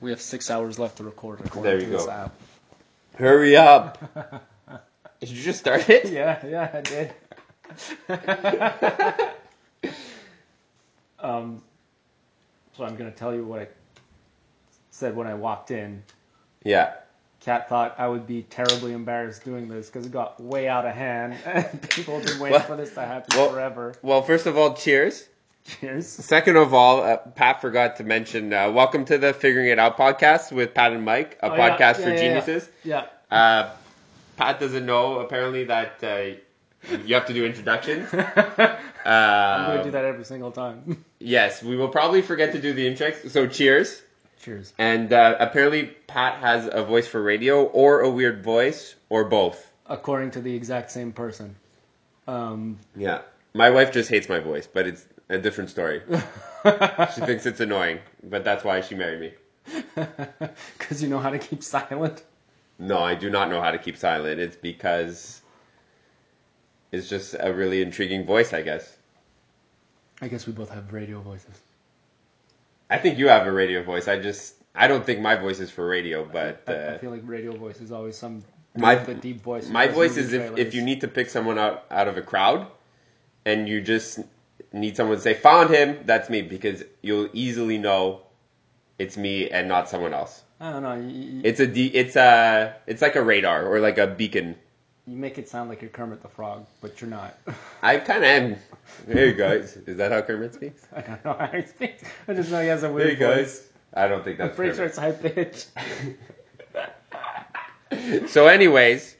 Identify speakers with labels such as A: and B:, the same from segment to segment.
A: We have six hours left to record. according
B: There you
A: to this
B: go.
A: app.
B: Hurry up! Did you just start it?
A: Yeah, yeah, I did. um, so I'm gonna tell you what I said when I walked in.
B: Yeah.
A: Kat thought I would be terribly embarrassed doing this because it got way out of hand. and People have been waiting
B: Well-
A: for this to happen
B: well-
A: forever.
B: Well, first of all, cheers.
A: Cheers.
B: Second of all, uh, Pat forgot to mention uh, welcome to the Figuring It Out podcast with Pat and Mike, a
A: Oh, yeah,
B: podcast
A: yeah,
B: for
A: yeah, yeah.
B: geniuses.
A: Yeah.
B: Uh, Pat doesn't know apparently that uh, you have to do introductions.
A: I'm gonna
B: Uh,
A: do that every single time.
B: yes, we will probably forget to do the intros. So cheers.
A: Cheers.
B: And uh, apparently, Pat has a voice for radio or a weird voice or both.
A: According to the exact same person. Um,
B: Yeah. My wife just hates my voice, but it's a different story. she thinks it's annoying, but that's why she married me.
A: Because you know how to keep silent.
B: No, I do not know how to keep silent. It's because it's just a really intriguing voice, I guess.
A: I guess we both have radio voices.
B: I think you have a radio voice. I just I don't think my voice is for radio, but
A: I- I
B: uh,
A: feel like radio voice is always some
B: My-
A: the deep voice.
B: my
A: Those
B: voice
A: movie
B: is if, if
A: trailers.
B: you need to pick someone out out of a crowd and you just need someone to say found him, that's me because you'll easily know it's me and not someone else.
A: I don't know. You, you-
B: It's a de- it's a it's like a radar or like a beacon.
A: you make it sound like you're Kermit the Frog, but you're not.
B: I kind of am. There you guys. Is that how Kermit speaks?
A: I don't know how he speaks. I just know he has a
B: There you
A: weird voice.
B: guys. I don't think
A: I'm
B: that's
A: pretty sure
B: Kermit.
A: it's high pitch.
B: So, anyways,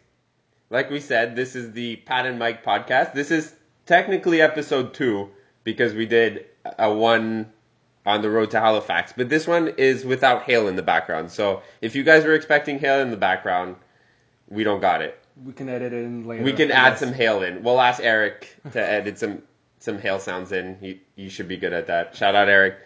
B: like we said, this is the Pat and Mike podcast. This is technically episode two because we did a one on the road to Halifax, but this one is without Hale in the background. So, if you guys were expecting Hale in the background, we don't got it.
A: We can edit it in later.
B: We can
A: I
B: add
A: guess.
B: some hail in. We'll ask Eric to edit some some hail sounds in. You you should be good at that. Shout out Eric.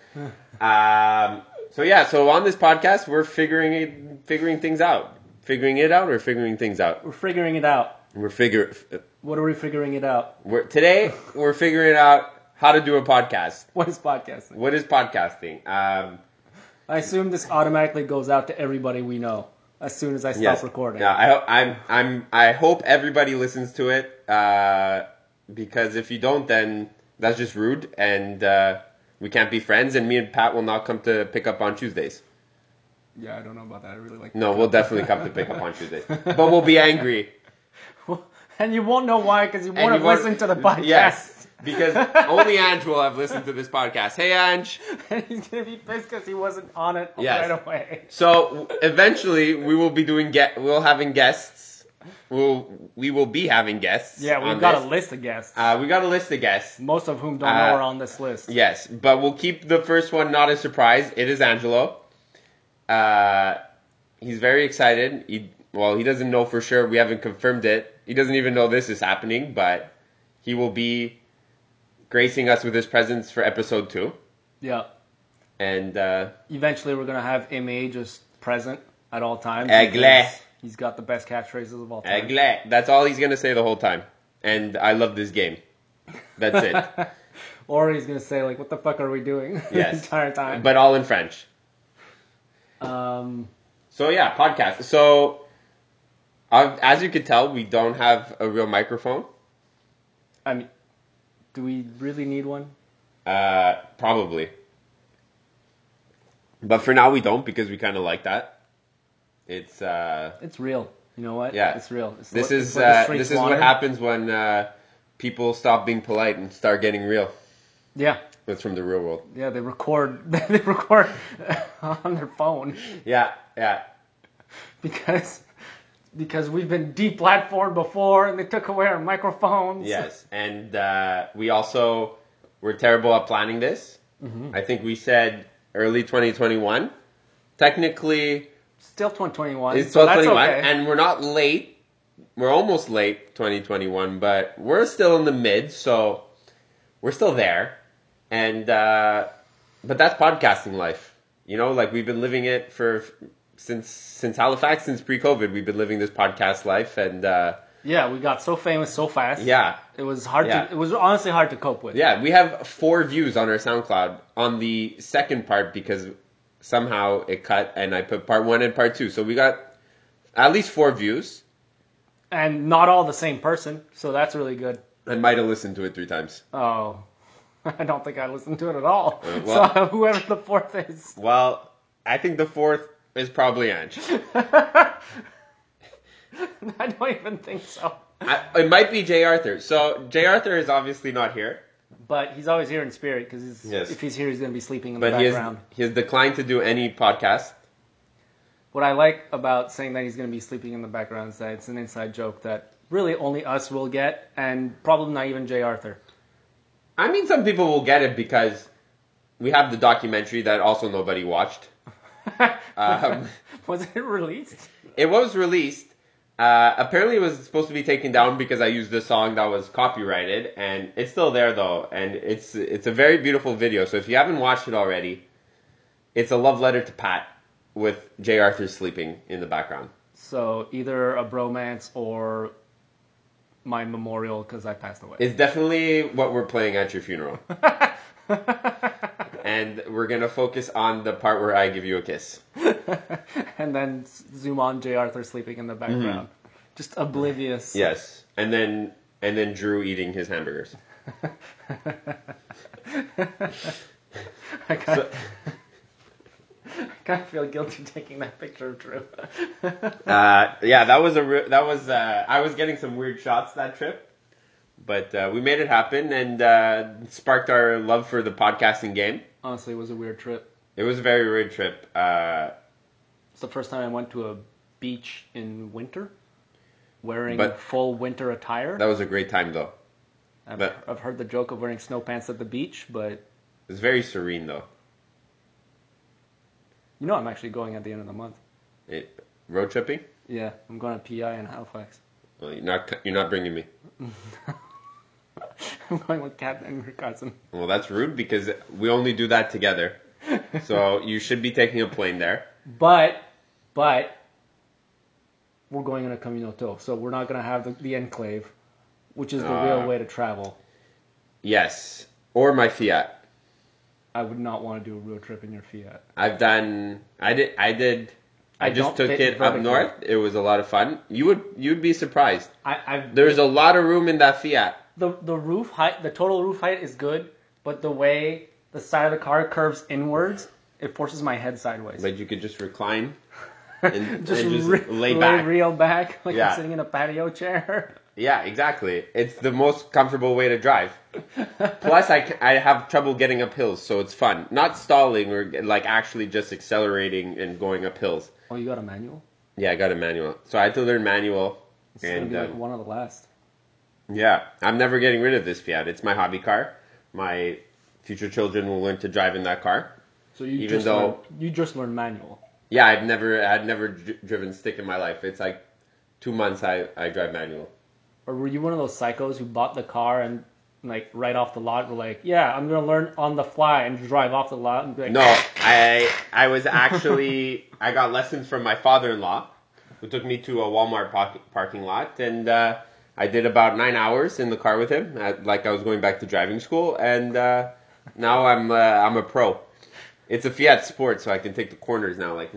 B: Um, so yeah, so on this podcast, we're figuring it, figuring things out, figuring it out, or figuring things out.
A: We're figuring it out.
B: We're figure.
A: What are we figuring it out?
B: We're today we're figuring out how to do a podcast.
A: What is podcasting?
B: What is podcasting? Um,
A: I assume this automatically goes out to everybody we know as soon as I stop
B: yes.
A: recording.
B: Yeah, I, ho- I'm I'm I hope everybody listens to it uh, because if you don't, then that's just rude, and uh, we can't be friends. And me and Pat will not come to pick up on Tuesdays.
A: Yeah, I don't know about that. I really like.
B: No, we'll definitely come to pick up on Tuesdays, but we'll be angry.
A: And you won't know why because you
B: And
A: won't have
B: you won't-
A: listened to the podcast.
B: Yes, because only Ange will have listened to this podcast. Hey, Ange.
A: and he's gonna be pissed because he wasn't on it
B: Yes.
A: right away.
B: So eventually, we will be doing get. We'll having guests. We'll we will be having guests.
A: Yeah,
B: on
A: we've got
B: this.
A: a list of guests,
B: Uh, we got a list of guests.
A: most of whom don't
B: uh,
A: know are on this list.
B: Yes, but we'll keep the first one not a surprise. It is Angelo. Uh, he's very excited. He, well, he doesn't know for sure. We haven't confirmed it. He doesn't even know this is happening, but he will be gracing us with his presence for episode two.
A: Yeah.
B: And uh,
A: Eventually, we're gonna have Ma just present at all times.
B: Aigle.
A: because He's got the best catchphrases of all time.
B: Aigle, that's all he's gonna say the whole time. And I love this game. That's it.
A: Or he's gonna say like, "What the fuck are we doing?" the
B: Yes.
A: entire time.
B: but all in French.
A: um,
B: So yeah, podcast. So uh, as you can tell, we don't have a real microphone.
A: I mean, do we really need one?
B: Uh, probably. But for now, we don't because we kind of like that. It's uh,
A: It's real. You know what?
B: Yeah.
A: It's real. It's
B: this
A: what- it's
B: is
A: what the
B: uh,
A: streets
B: this is what
A: wanted.
B: happens when uh, people stop being polite and start getting real.
A: Yeah.
B: That's from the real world.
A: Yeah. They record. They record on their phone.
B: Yeah, yeah.
A: because because we've been deplatformed before and they took away our microphones.
B: Yes, and uh, we also were terrible at planning this.
A: Mm-hmm.
B: I think we said early 2021. Technically,
A: Still 2021.
B: it's
A: so that's
B: 2021,
A: okay.
B: and we're not late. We're almost late 2021, but we're still in the mid, so we're still there. And uh, but that's podcasting life, you know. Like we've been living it for since since Halifax, since pre-COVID, we've been living this podcast life, and uh,
A: yeah, we got so famous so fast.
B: yeah,
A: It was hard
B: Yeah.
A: to it was honestly hard to cope with.
B: yeah. We have four views on our SoundCloud on the second part because somehow it cut, and I put part one and part two. So we got at least four views.
A: and not all the same person, so that's really good.
B: I might have listened to it three times.
A: Oh, I don't think I listened to it at all.
B: Uh, well-
A: so whoever the fourth is,
B: Well, I think the fourth is probably Ange.
A: I don't even think so.
B: I, it might be J. Arthur. So J. Arthur is obviously not here,
A: But he's always here in spirit because
B: Yes.
A: if he's here, he's going to be sleeping in the
B: but he has,
A: background.
B: he has declined to do any podcast.
A: What I like about saying that he's going to be sleeping in the background is that it's an inside joke that really only us will get, and probably not even Jay Arthur.
B: I mean, some people will get it because we have the documentary that also nobody watched. Um,
A: Was it released?
B: it was released. Uh, apparently, it was supposed to be taken down because I used a song that was copyrighted, and it's still there though. And it's it's a very beautiful video. So if you haven't watched it already, it's a love letter to Pat with J. Arthur sleeping in the background.
A: So either a bromance or my memorial because I passed away.
B: It's definitely what we're playing at your funeral. and we're gonna focus on the part where I give you a kiss.
A: and then s- zoom on J. Arthur sleeping
B: Mm-hmm.
A: in the background. Just oblivious.
B: Yes, and then and then Drew eating his hamburgers.
A: I kind of, kind of feel guilty taking that picture of Drew.
B: Uh, yeah, that was a re- that was uh, I was getting some weird shots that trip, but uh, we made it happen and uh, sparked our love for the podcasting game.
A: Honestly, it was a weird trip.
B: It was a very weird trip. Uh,
A: It's the first time I went to a beach in winter, wearing
B: But-
A: full winter attire.
B: that was a great time though.
A: I've,
B: but-
A: I've heard the joke of wearing snow pants at the beach, but
B: It was very serene though.
A: you know I'm actually going at the end of the month.
B: It, road tripping?
A: Yeah, I'm going to PI in Halifax.
B: Well, you're not co- you're not bringing me.
A: I'm going with Kat and her cousin.
B: Well, that's rude because we only do that together. So you should be taking a plane there.
A: But, but, we're going in a Caminoto, so we're not going to have the, the enclave, which is the
B: Ah.
A: real way to travel.
B: Yes, or my Fiat.
A: I would not want to do a road trip in your Fiat.
B: I've done. I did. I did. I,
A: I
B: just
A: don't
B: took
A: fit
B: it up
A: vertically.
B: north. It was a lot of fun. You would. You'd be surprised.
A: I, I've
B: There's a lot of room in that Fiat.
A: the the roof height, the total roof height is good, but the way the side of the car curves inwards, it forces my head sideways.
B: Like you could just recline and
A: just,
B: and just
A: re-
B: lay back.
A: reel back, like
B: Yeah.
A: I'm sitting in a patio chair.
B: yeah, exactly. It's the most comfortable way to drive. Plus, I, ca- I have trouble getting up hills, so it's fun. Not stalling or like actually just accelerating and going up hills.
A: Oh, you got a manual?
B: Yeah, I got a manual, so I had to learn manual.
A: It's gonna
B: and
A: be like
B: um,
A: one of the last.
B: Yeah, I'm never getting rid of this Fiat. It's my hobby car. My future children will learn to drive in that car.
A: So you
B: even
A: just
B: though-
A: learned, you just learned manual.
B: Yeah, I've never I've never dri driven stick in my life. It's like two months I, I drive manual.
A: Or were you one of those psychos who bought the car and like right off the lot were like, yeah, I'm gonna learn on the fly and drive off the lot and be like,
B: No, I I was actually I got lessons from my father-in-law, who took me to a Walmart park, parking lot, and uh, I did about nine hours in the car with him, uh like I was going back to driving school, and uh, now I'm uh, I'm a pro. It's a Fiat Sport, so I can take the corners now, like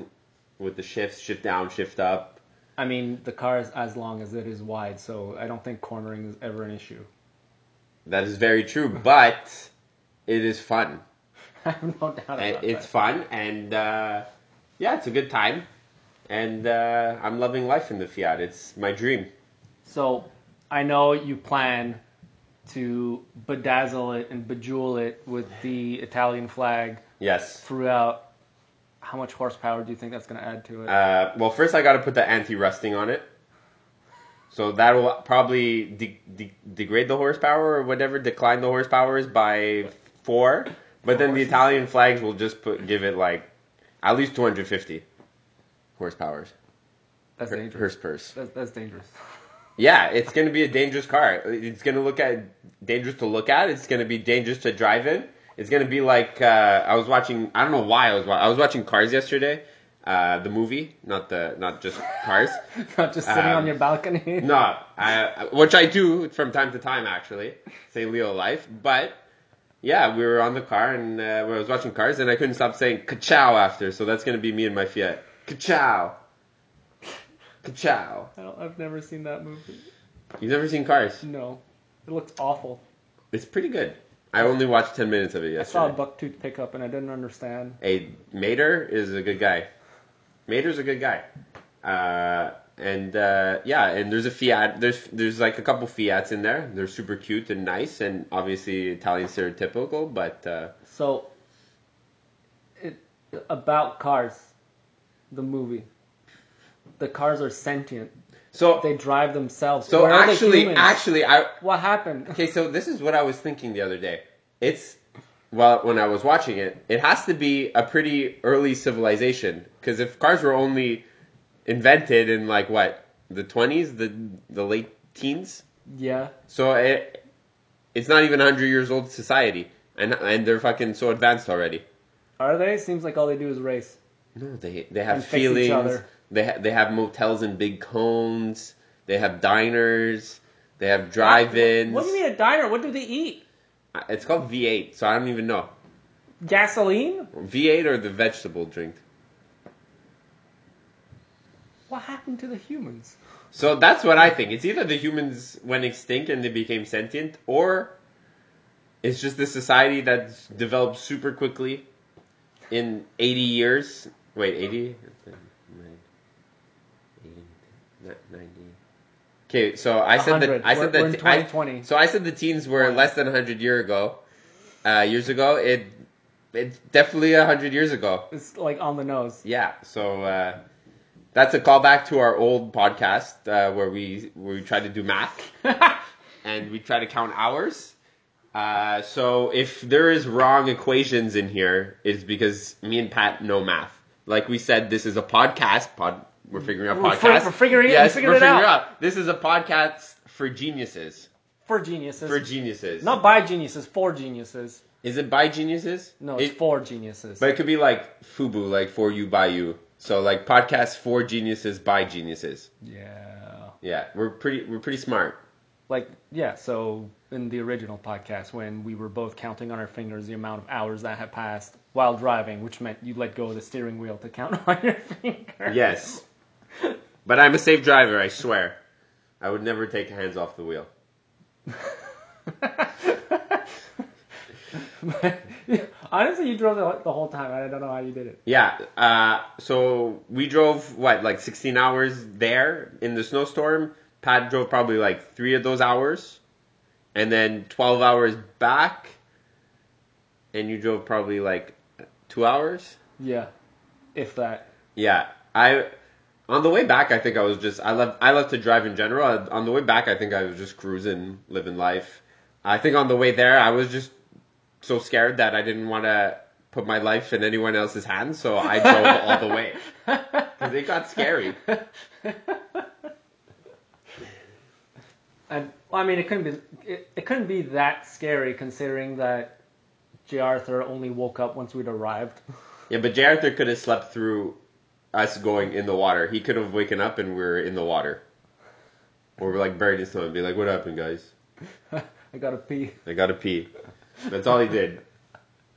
B: with the shifts, shift down, shift up.
A: I mean, the car is as long as it is wide, so I don't think cornering is ever an issue.
B: That is very true, but it is fun.
A: I have no doubt about
B: And
A: that.
B: Uh, it's fun, and uh, yeah, it's a good time. And uh, I'm loving life in the Fiat. It's my dream.
A: So I know you plan to bedazzle it and bejewel it with the Italian flag
B: Yes.
A: throughout. How much horsepower do you think that's going to add to it?
B: Uh, well, first I got to put the anti-rusting on it. So that will probably de- de- degrade the horsepower or whatever, decline the horsepower is by four. But then the Italian flags will just put give it like at least 250 horsepowers.
A: that's dangerous.
B: Hers purse.
A: That's, that's dangerous.
B: Yeah, it's going to be a dangerous car. It's going to look at dangerous to look at. It's going to be dangerous to drive in. It's going to be like uh, I was watching. I don't know why I was. wa- I was watching Cars yesterday, uh, the movie, not the not just Cars.
A: Not just sitting
B: Um,
A: on your balcony.
B: no, I, which I do from time to time actually. Say Leo life, but yeah, we were on the car and uh, I was watching cars and I couldn't stop saying ka-chow after. So that's gonna be me and my Fiat. Ka-chow. Ka-chow.
A: I don't, I've never seen that movie.
B: You've never seen Cars?
A: No, it looks awful.
B: It's pretty good. I only watched ten minutes of it
A: I saw a
B: yesterday.
A: bucktooth pickup and I didn't understand.
B: Hey, Mater is a good guy. Mater's a good guy. Uh, and uh, yeah, and there's a Fiat. There's there's like a couple Fiats in there. They're super cute and nice, and obviously Italian stereotypical. But uh,
A: So, it about cars, the movie. The cars are sentient.
B: so
A: They drive themselves.
B: so
A: Where are the
B: actually
A: humans?
B: actually I
A: what happened?
B: okay. So this is what I was thinking the other day. It's well when I was watching it, it has to be a pretty early civilization because if cars were only invented in like what the twenties, the the late teens.
A: Yeah,
B: So it, it's not even 100 years old society, and and they're fucking so advanced already.
A: are they? Seems like all they do is race.
B: No, they they have
A: And fix each
B: feelings.
A: other.
B: They ha- they have motels and big cones. They have diners. They have drive-ins.
A: What do you mean a diner? What do they eat?
B: Uh, It's called V8, so I don't even know.
A: Gasoline?
B: V8 or the vegetable drink.
A: What happened to the humans?
B: So that's what I think. It's either the humans went extinct and they became sentient, or it's just this society that's developed super quickly in 80 years. Wait, 80? 90. Okay, so I said that
A: 100.
B: I
A: We're-
B: said
A: we're in
B: that I-
A: 2020.
B: so I said the teens were less than 100 year ago. Uh, years ago, it it's definitely 100 years ago.
A: It's like on the nose.
B: Yeah, so uh, that's a callback to our old podcast uh, where we where we try to do math and we try to count hours. Uh, so if there is wrong equations in here, it's because me and Pat know math. Like we said, this is a podcast. Pod, we're figuring out
A: We're
B: podcast.
A: fi- we're figuring it-
B: Yes,
A: we figured
B: we're
A: it out.
B: figuring out. This is a podcast for geniuses.
A: For geniuses.
B: For geniuses.
A: Not by geniuses, for geniuses.
B: Is it by geniuses?
A: No, it's
B: It-
A: for geniuses.
B: But it could be like FUBU, like for you by you. So like podcast for geniuses by geniuses.
A: yeah.
B: Yeah, we're pretty we're pretty smart.
A: Like, yeah, so in the original podcast, when we were both counting on our fingers the amount of hours that had passed while driving, which meant you let go of the steering wheel to count on your finger.
B: Yes. but I'm a safe driver, I swear. I would never take hands off the wheel.
A: Honestly, you drove the, the whole time, and I don't know how you did it.
B: Yeah, uh, so we drove what like 16 hours there in the snowstorm. Pat drove probably like 3 of those hours and then 12 hours back and you drove probably like 2 hours.
A: Yeah. If that.
B: Yeah, I on the way back, I think I was just I love I love to drive in general. On the way back, I think I was just cruising, living life. I think on the way there, I was just so scared that I didn't want to put my life in anyone else's hands, so I drove all the way because it got scary.
A: And well, I mean, it couldn't be it, it couldn't be that scary considering that J. Arthur only woke up once we'd arrived.
B: Yeah, but J. Arthur could have slept through us going in the water. He could have waken up and we are in the water, or we're like buried in snow and be like, "What happened, guys?"
A: I gotta pee.
B: I gotta pee. That's all he did.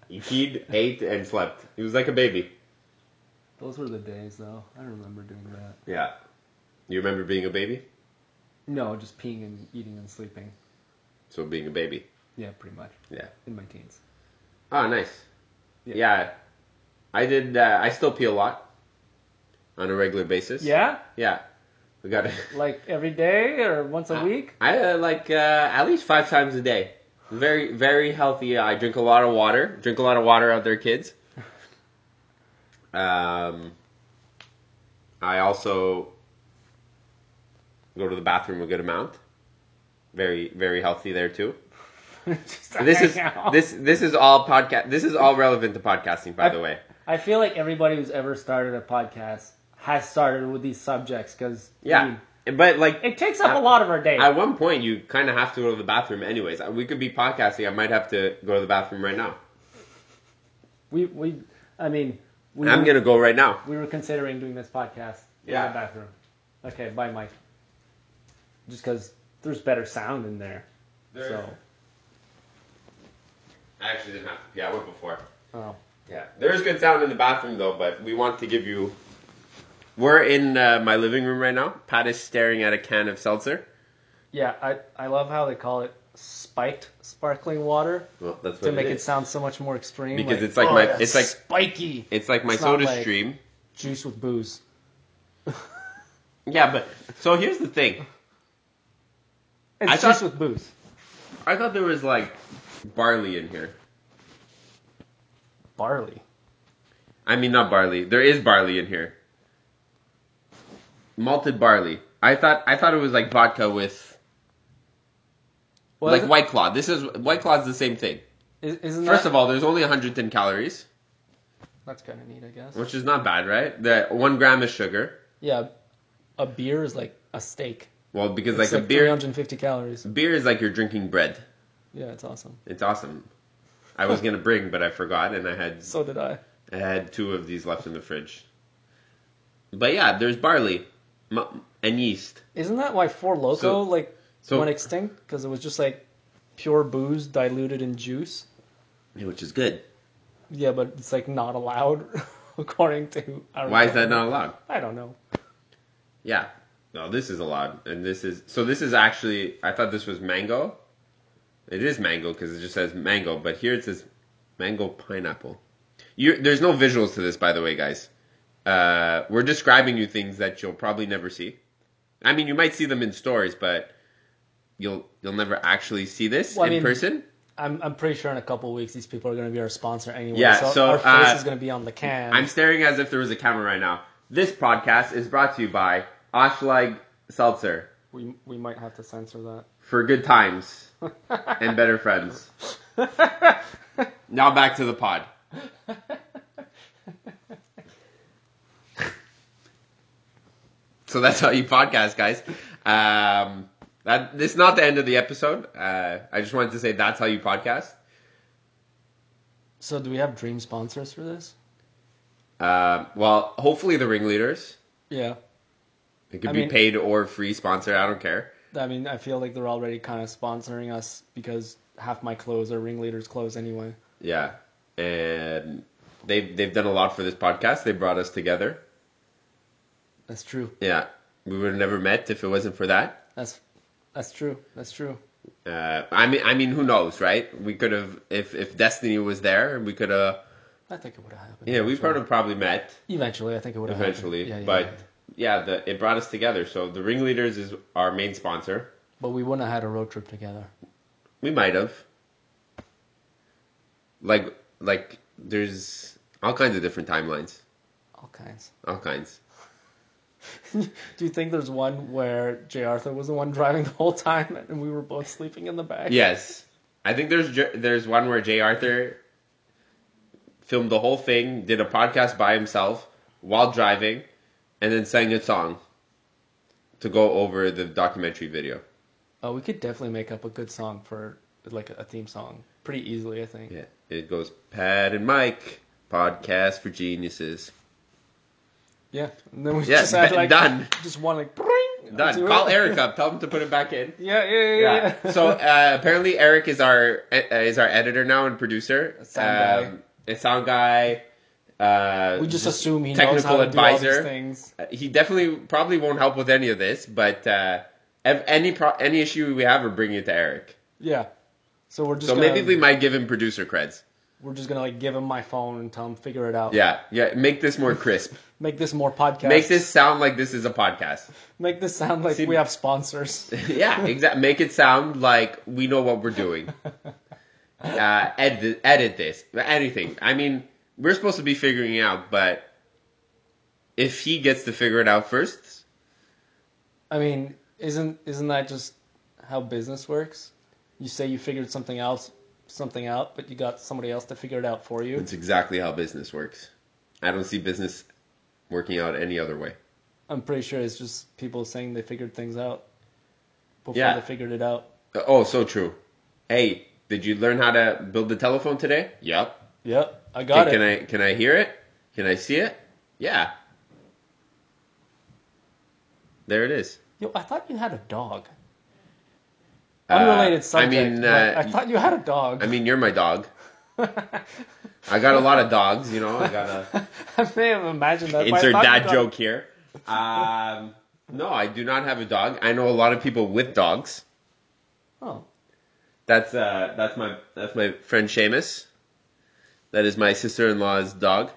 B: He peed, ate, and slept. He was like a baby.
A: Those were the days, though. I remember doing that.
B: Yeah. You remember being a baby?
A: No, just peeing and eating and sleeping.
B: So being a baby.
A: Yeah, pretty much
B: Yeah.
A: in my teens.
B: Oh, nice.
A: Yeah.
B: Yeah. I did, uh, I still pee a lot on a regular basis.
A: Yeah,
B: Yeah. We got
A: like every day or once a week.
B: I, uh, like, uh, at least five times a day. Very, very healthy. I drink a lot of water. Drink a lot of water out there, kids. Um, I also go to the bathroom a good amount. Very, very healthy there too.
A: Just
B: This is
A: hang out.
B: this this is all podcast. This is all relevant to podcasting, by the way.
A: I feel like everybody who's ever started a podcast has started with these subjects because
B: Yeah, but like
A: it takes up
B: I-
A: a lot of our day.
B: at one point, you kind of have to go to the bathroom, anyways. We could be podcasting. I might have to go to the bathroom right now.
A: we we, I mean, we
B: I'm gonna go right now.
A: we were considering doing this podcast
B: Yeah.
A: in the bathroom. Okay, bye, Mike. Just because there's better sound in there. So
B: I actually didn't have to pee. I went before.
A: Oh.
B: Yeah. There is good sound in the bathroom though, but we want to give you. We're in uh, my living room right now. Pat is staring at a can of seltzer.
A: Yeah, I, I love how they call it spiked sparkling water
B: Well, that's what
A: to make it
B: is.
A: sound so much more extreme.
B: Because it's like my-
A: that's
B: it's like-
A: spiky
B: It's like my
A: it's not
B: Soda
A: like-
B: Stream.
A: juice with booze.
B: Yeah, but so here's the thing.
A: It's
B: I
A: juice
B: thought-
A: with booze.
B: I thought there was like barley in here.
A: Barley.
B: I mean, not barley. There is barley in here. Malted barley. I thought I thought it was like vodka with
A: Well,
B: like
A: isn't-
B: White Claw. This is White Claw is the same thing.
A: is- isn't
B: First
A: that,
B: of all, there's only 110 calories,
A: that's kind of neat, I guess.
B: which is not bad, right? The one gram is sugar.
A: Yeah, a beer is like a steak.
B: Well, because
A: It's
B: like,
A: like,
B: a beer,
A: 350 calories.
B: beer is like you're drinking bread.
A: Yeah, it's awesome.
B: It's awesome. I was gonna bring, but I forgot, and I had
A: So did I.
B: I had two of these left in the fridge. But yeah, there's barley mu- and yeast.
A: Isn't that why Four Loco
B: So-
A: like
B: So
A: went extinct? Because it was just like pure booze diluted in juice.
B: Yeah, which is good.
A: Yeah, but it's like not allowed according to. I don't
B: Why is
A: know.
B: that not allowed?
A: I don't know.
B: Yeah. No, this is allowed, and this is so. This is actually. I thought this was mango. It is mango because it just says mango, but here it says mango pineapple. You, there's no visuals to this, by the way, guys. Uh, we're describing you things that you'll probably never see. I mean, you might see them in stories, but you'll you'll never actually see this
A: Well, I
B: in
A: mean,
B: person.
A: I'm I'm pretty sure in a couple weeks these people are going to be our sponsor anyway.
B: Yeah,
A: so,
B: so,
A: our face
B: uh,
A: is going to be on the can.
B: I'm staring as if there was a camera right now. This podcast is brought to you by Oshlag Seltzer
A: we we might have to censor
B: for good times.
A: that.
B: and better friends. Now back to the pod. So that's how you podcast, guys. Um, that this is not the end of the episode. Uh, I just wanted to say that's how you podcast.
A: so do we have dream sponsors for this?
B: Um well, hopefully the ringleaders.
A: Yeah,
B: It could
A: I
B: be
A: mean-
B: paid or free sponsor. I don't care.
A: I mean I feel like they're already kind of sponsoring us because half my clothes are ringleaders' clothes anyway.
B: Yeah, and they've they've done a lot for this podcast. They brought us together.
A: That's true.
B: Yeah, we would have never met if it wasn't for that.
A: That's that's true. That's true.
B: Uh, I mean, I mean, who knows, right? We could have, if if Destiny was there, we could have.
A: I think it would have happened.
B: Yeah, we
A: eventually.
B: could have probably met
A: eventually. I think it would have
B: eventually,
A: Happened.
B: but yeah, the, it brought us together. So the Ringleaders is our main sponsor.
A: but we wouldn't have had a road trip together.
B: We might have. Like, like, there's all kinds of different timelines,
A: All kinds.
B: all kinds.
A: Do you think there's one where J. Arthur was the one driving the whole time and we were both sleeping in the back?
B: Yes, I think there's J- there's one where Jay Arthur filmed the whole thing, did a podcast by himself while driving, and then sang a song to go over the documentary video.
A: Oh, we could definitely make up a good song for like a theme song pretty easily, I think.
B: Yeah, it goes Pat and Mike podcast for geniuses.
A: Yeah. And then we
B: Yeah,
A: just had
B: d-
A: like
B: done.
A: just one like bring
B: Done. Call Eric up. Tell him to put it back in.
A: Yeah, yeah, yeah. yeah.
B: Yeah. So uh, apparently Eric is our uh, is our editor now and producer.
A: A sound guy.
B: Um, a sound guy. Uh,
A: we just assume he knows
B: technical
A: how to do all
B: advisor.
A: these things.
B: Uh, he definitely probably won't help with any of this, but uh, ev- any pro- any issue we have, we're bringing it to Eric.
A: Yeah. So we're just
B: so
A: gonna,
B: maybe we might give him producer creds.
A: we're just gonna like give him my phone and tell him figure it out.
B: Yeah, yeah. Make this more crisp.
A: Make this more podcast.
B: Make this sound like this is a podcast.
A: make this sound like
B: See-
A: we have sponsors.
B: yeah, exactly. Make it sound like we know what we're doing. Uh, edit, edit this. Anything. I mean, we're supposed to be figuring it out, but if he gets to figure it out first,
A: I mean, isn't isn't that just how business works? You say you figured something else something out, but you got somebody else to figure it out for you.
B: that's exactly how business works. I don't see business working out any other way.
A: I'm pretty sure it's just people saying they figured things out before
B: Yeah.
A: they figured it out.
B: Oh, so true. Hey, did you learn how to build the telephone today? Yep.
A: Yep, I got
B: Hey,
A: it.
B: can I can I hear it? Can I see it? Yeah. There it is.
A: Yo, I thought you had a dog.
B: Uh,
A: Unrelated
B: I
A: subject.
B: mean,
A: but
B: uh,
A: I thought you had a dog.
B: I mean, you're my dog. I got a lot of dogs, you know. I got a
A: I may have imagined that. by
B: insert
A: talking
B: dad
A: about-
B: joke here. Um, no, I do not have a dog. I know a lot of people with dogs.
A: Oh,
B: That's uh, that's my that's my friend Seamus. That is my sister-in-law's dog.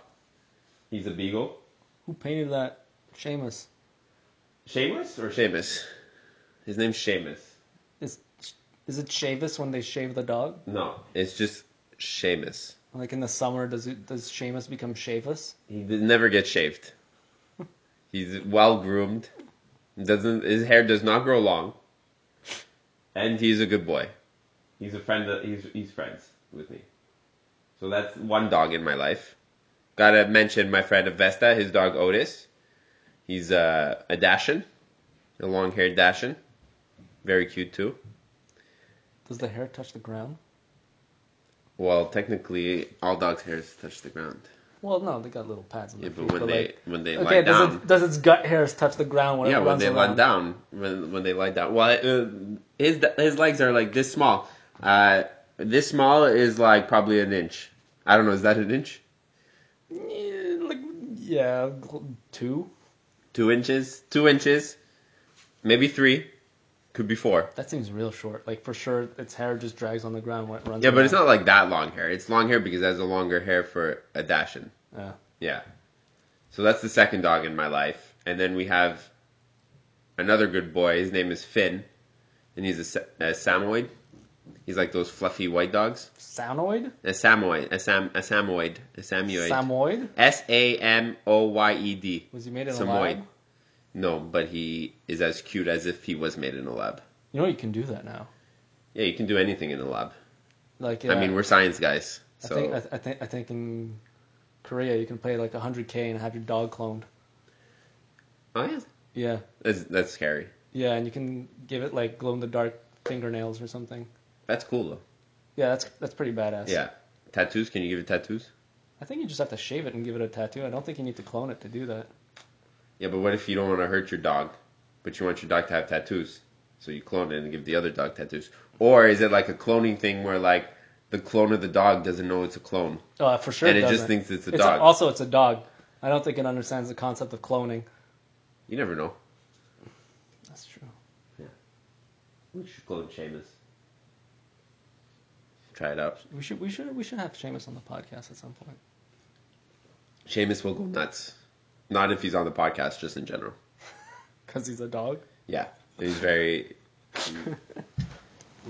B: He's a beagle.
A: who painted that? Seamus.
B: Seamus or Seamus? His name's Seamus.
A: Is is it Shavis when they shave the dog?
B: No, it's just Seamus.
A: Like in the summer, does it, does Seamus become Shavis?
B: He did- never gets shaved. He's well groomed. Doesn't his hair does not grow long. And he's a good boy. He's a friend. That, he's he's friends with me. So that's one dog in my life. Gotta mention my friend Avesta, his dog Otis. He's uh, a Dashin, a long-haired Dashin, very cute too.
A: Does the hair touch the ground?
B: Well, technically, all dogs' hairs touch the ground.
A: Well, no, they got little pads on
B: Yeah,
A: their
B: but
A: feet,
B: when they
A: like-
B: when they lie
A: okay,
B: down,
A: does it, does its gut hairs touch the ground when
B: Yeah,
A: it
B: when
A: runs
B: they
A: around?
B: lie down, when when they lie down. Well, uh, his his legs are like this small. Uh, this small is like probably an inch. I don't know. Is that an inch?
A: Yeah, like yeah, gl- two.
B: Two inches? Two inches? Maybe three? Could be four.
A: That seems real short. Like for sure, its hair just drags on the ground when it runs.
B: Yeah, but it's
A: around.
B: not like that long hair. It's long hair because that's a longer hair for a Dashin.
A: Yeah.
B: Yeah. So that's the second dog in my life, and then we have another good boy. His name is Finn, and he's a, Sa- a Samoyed. He's like those fluffy white dogs.
A: Sanoid.
B: A Samoyed. A, Sam, a Samoyed. A Samoyed.
A: Samoid.
B: S A M O Y E D.
A: Was he made in a
B: Samoyed.
A: lab?
B: No, but he is as cute as if he was made in a lab.
A: You know you can do that now.
B: Yeah, you can do anything in a lab.
A: Like uh,
B: I mean, we're science guys.
A: I
B: So
A: think I, I think I think in Korea you can pay like 100k and have your dog cloned.
B: Oh, yeah.
A: Yeah,
B: That's, that's scary.
A: yeah, and you can give it like glow in the dark fingernails or something.
B: That's cool, though.
A: Yeah, that's that's pretty badass.
B: Yeah. Tattoos? Can you give it tattoos?
A: I think you just have to shave it and give it a tattoo. I don't think you need to clone it to do that.
B: Yeah, but what if you don't want to hurt your dog, but you want your dog to have tattoos? So you clone it and give the other dog tattoos. Or is it like a cloning thing where, like, the clone of the dog doesn't know it's a clone?
A: Uh, for sure.
B: and it
A: doesn't.
B: just thinks it's a
A: It's
B: dog.
A: also it's a dog. I don't think it understands the concept of cloning.
B: You never know.
A: That's true.
B: We should clone Seamus. Try it out.
A: We should we should we should have Seamus on the podcast at some point.
B: Seamus will go nuts. Not if he's on the podcast, just in general.
A: Cause he's a dog.
B: Yeah, he's very.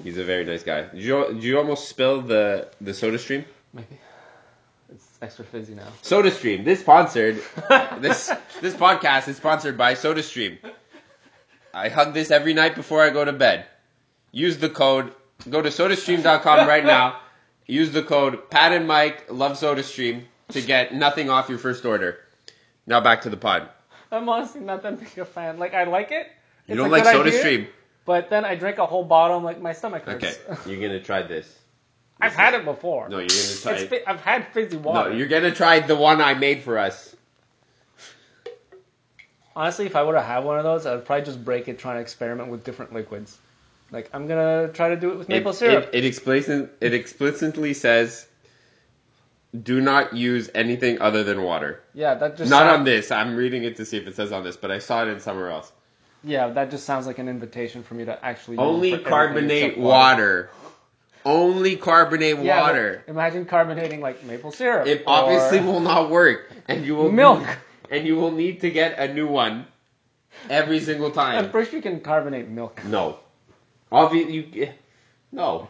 B: he's a very nice guy. Did you, did you almost spill the the Soda Stream?
A: Maybe it's extra fizzy now.
B: Soda Stream. This sponsored. this this podcast is sponsored by Soda Stream. I hug this every night before I go to bed. Use the code. Go to SodaStream.com right now. Use the code Pat and Mike Love Soda Stream to get nothing off your first order. Now back to the pod.
A: I'm honestly not that big a fan. Like I like it.
B: You
A: It's
B: don't
A: a
B: like
A: good
B: Soda
A: idea,
B: Stream?
A: But then I drink a whole bottle. I'm like my stomach hurts.
B: Okay, you're gonna try this.
A: I've had it before.
B: No, you're gonna try.
A: It's fi- I've had fizzy
B: no,
A: water.
B: you're gonna try the one I made for us.
A: Honestly, if I would have had one of those, I'd probably just break it trying to experiment with different liquids. Like I'm gonna try to do it with maple
B: it,
A: syrup.
B: It, it, explicit, it explicitly says, "Do not use anything other than water."
A: yeah, that just
B: Not
A: sound-
B: on this. I'm reading it to see if it says on this, but I saw it in somewhere else.
A: Mm-hmm. Yeah, that just sounds like an invitation for me to actually use it for
B: Only
A: everything
B: carbonate
A: except
B: water. Only carbonate
A: Yeah, but
B: water.
A: Imagine carbonating like maple syrup.
B: It obviously
A: or
B: will not work, and you will
A: milk.
B: and you will need to get a new one every single
A: I'm
B: time.
A: pretty sure you can carbonate milk.
B: No, obviously you. eh, No,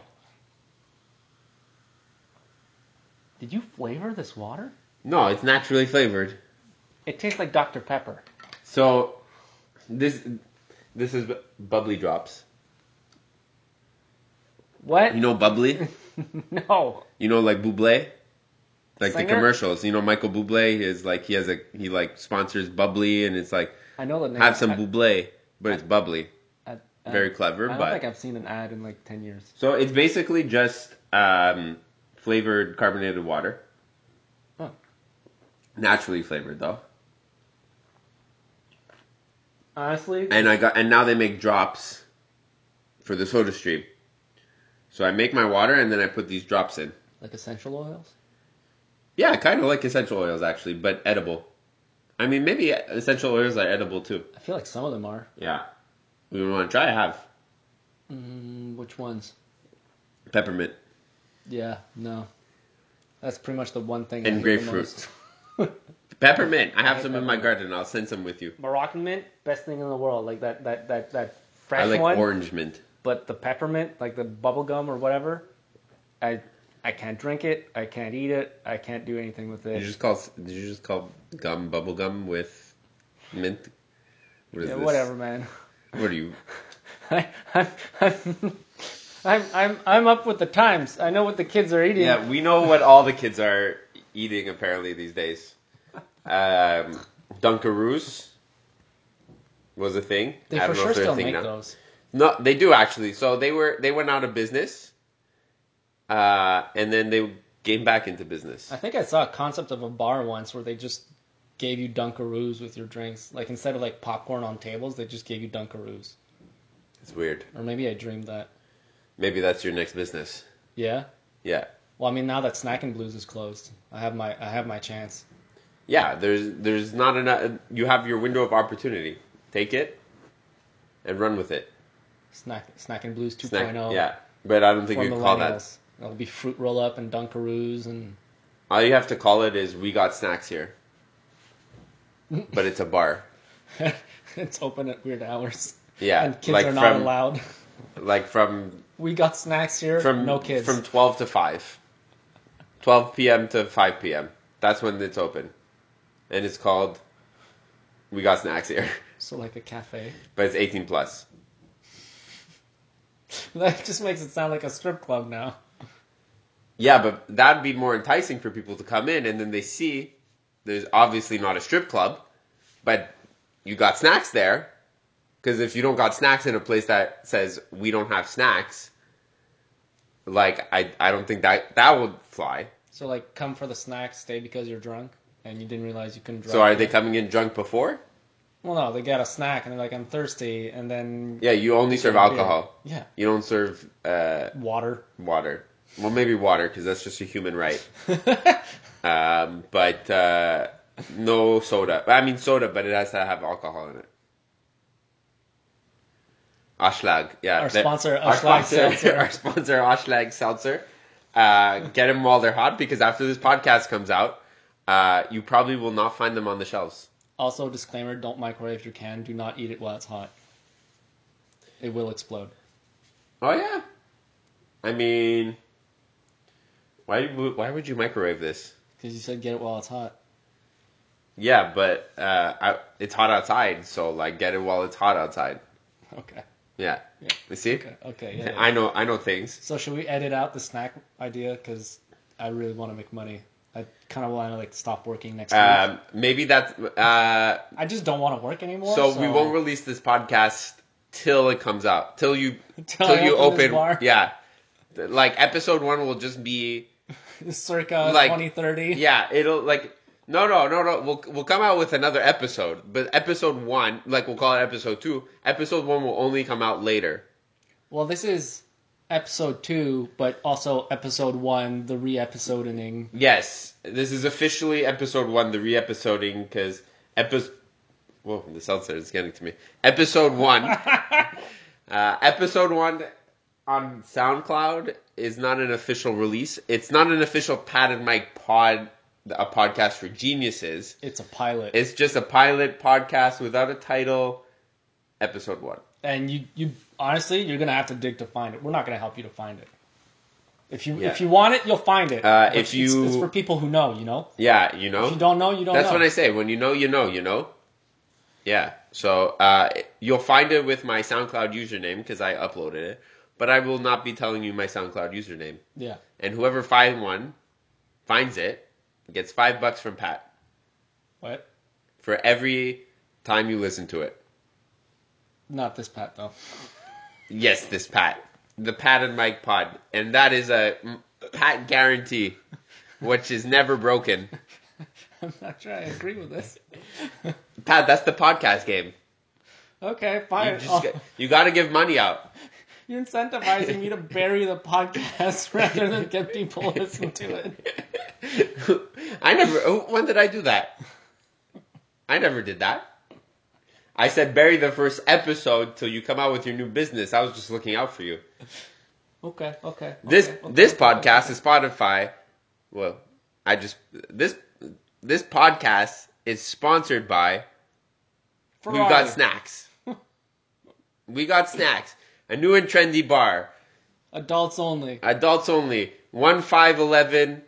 A: Did you flavor this water?
B: no, it's naturally flavored.
A: It tastes like Dr Pepper.
B: So this this is bu- bubbly drops.
A: What?
B: You know bubbly?
A: no.
B: You know like Buble? Like the
A: Singer?
B: commercials. You know Michael Buble is like he has a he like sponsors bubbly and it's like
A: I know the name.
B: have some
A: I-
B: Buble, but it's bubbly.
A: I- I-
B: Very clever,
A: I don't
B: but
A: think I've seen an ad in like ten years.
B: so it's basically just um, flavored carbonated water.
A: Oh.
B: Naturally flavored though.
A: Honestly,
B: and I got and now they make drops for the soda stream. So I make my water and then I put these drops in.
A: Like essential oils?
B: Yeah, kind of like essential oils actually, but edible. I mean, maybe essential oils are edible too.
A: I feel like some of them are.
B: Yeah. We want to try. I have
A: Mm, which ones?
B: peppermint
A: Yeah, no. That's pretty much the one thing.
B: And
A: hate the
B: grapefruit.
A: most.
B: peppermint. I have
A: I
B: some in
A: have
B: my
A: peppermint.
B: garden. I'll send some with you.
A: Moroccan mint, best thing in the world. Like that, that, that, that fresh
B: I like
A: one.
B: orange mint.
A: But the peppermint, like the bubble gum or whatever, I, I can't drink it. I can't eat it. I can't do anything with
B: Did
A: it.
B: you just call? Did you just call gum bubble gum with mint? What is
A: yeah,
B: this?
A: whatever, man.
B: What are you?
A: I, I'm, I'm, I'm, I'm, I'm up with the times. I know what the kids are eating.
B: Yeah, we know what all the kids are eating apparently these days. Um, Dunkaroos was a thing.
A: they for
B: I don't know
A: sure
B: if they're a
A: still
B: thing
A: make
B: now.
A: those.
B: No, they do actually. So they were they went out of business, uh, and then they came back into business.
A: I think I saw a concept of a bar once where they just gave you Dunkaroos with your drinks. Like instead of like popcorn on tables, they just gave you Dunkaroos.
B: It's weird.
A: Or maybe I dreamed that.
B: Maybe that's your next business.
A: Yeah.
B: Yeah,
A: Well, I mean, now that Snack and Blues is closed, I have my I have my chance.
B: yeah. There's there's not enough. You have your window of opportunity. Take it and run with it.
A: Snack Snack and Blues 2.0.
B: Snack- yeah, but I don't
A: oh. For
B: think you can call that.
A: millennials. It'll be fruit roll up and Dunkaroos and
B: All you have to call it is we got snacks here. But it's a bar.
A: it's open at weird hours.
B: Yeah.
A: and kids
B: like
A: are
B: from,
A: not allowed.
B: Like from
A: We got snacks here.
B: from
A: no kids.
B: From twelve to five. Twelve PM to five PM. That's when it's open. And it's called We Got Snacks Here.
A: so like a cafe.
B: But it's eighteen plus.
A: That just makes it sound like a strip club now.
B: Yeah, but that'd be more enticing for people to come in and then they see there's obviously not a strip club, but you got snacks there. Because if you don't got snacks in a place that says we don't have snacks, like I, I don't think that that would fly.
A: So like come for the snacks, stay because you're drunk and you didn't realize you couldn't drive.
B: So are they coming in drunk before?
A: Well, no, they got a snack and they're like, I'm thirsty, and then
B: Yeah, you only serve alcohol.
A: yeah,
B: You don't serve uh,
A: water.
B: water. Well, maybe water because that's just a human right.
A: yeah,
B: Um, but uh, no soda. I mean soda, but it has to have alcohol in it. Ashlag, yeah.
A: Our
B: The-
A: sponsor,
B: our
A: Ashlag
B: sponsor,
A: Seltzer.
B: Our sponsor, Ashlag Seltzer. Uh, get them while they're hot because after this podcast comes out, uh, you probably will not find them on the shelves.
A: Also, disclaimer: don't microwave if you can. Do not eat it while it's hot. It will explode.
B: Oh yeah. I mean, why would- why would you microwave this?
A: Because you said get it while it's hot.
B: Yeah, but uh, I, it's hot outside, so like get it while it's hot outside.
A: Okay.
B: Yeah.
A: Yeah.
B: You see?
A: Okay. Okay. Yeah. yeah.
B: I know I know things.
A: so should we edit out the snack idea? Because I really want to make money. I kind of want to like stop working next week.
B: Um, maybe that's uh,
A: I just don't want to work anymore.
B: so we won't release this podcast till it comes out. Till you
A: Till
B: till,
A: I
B: you
A: open this
B: open
A: bar.
B: yeah. Th- Like episode 1 will just be
A: circa
B: Like-
A: 2030.
B: yeah, it'll like no no no no we'll we'll come out with another episode, but episode 1 like we'll call it episode 2. Episode 1 will only come out later.
A: Well, this is episode two, but also episode one, the re-episoding.
B: Yes, this is officially episode 1 the re-episoding cuz episode Whoa, the seltzer is getting to me. Episode 1 Uh, episode one on SoundCloud is not an official release. It's not an official Pat and Mike pod, a podcast for geniuses.
A: It's a pilot,
B: It's just a pilot podcast without a title. Episode one.
A: and you you honestly you're gonna have to dig to find it. We're not gonna help you to find it. If you
B: Yeah.
A: if you want it, you'll find it.
B: Uh,
A: But
B: if
A: it's-
B: you-
A: it's, for people who know, you know.
B: Yeah, you know.
A: If you don't know, you don't.
B: That's
A: know.
B: what I say. When you know, you know. You know. Yeah. So uh, you'll find it with my SoundCloud username because I uploaded it. But I will not be telling you my SoundCloud username.
A: Yeah,
B: And whoever finds one, finds it, gets five bucks from Pat.
A: what?
B: for every time you listen to it.
A: Not this Pat though.
B: Yes, this Pat, the Pat and Mike pod, and that is a mm, Pat guarantee, which is never broken.
A: I'm not sure I agree with this.
B: Pat, that's the podcast game.
A: okay,
B: You
A: fine.
B: just
A: I'll-
B: got, you got to give money out.
A: You're incentivizing me to bury the podcast rather than get people to listen to it.
B: I never. oh, When did I do that? I never did that. I said bury the first episode till you come out with your new business. I was just looking out for you.
A: Okay, okay.
B: This
A: okay, okay.
B: this podcast is Spotify. Well, I just this this podcast is sponsored by We
A: Ferrari.
B: Got Snacks. we got snacks. A new and trendy bar.
A: Adults only.
B: Adults only. One five eleven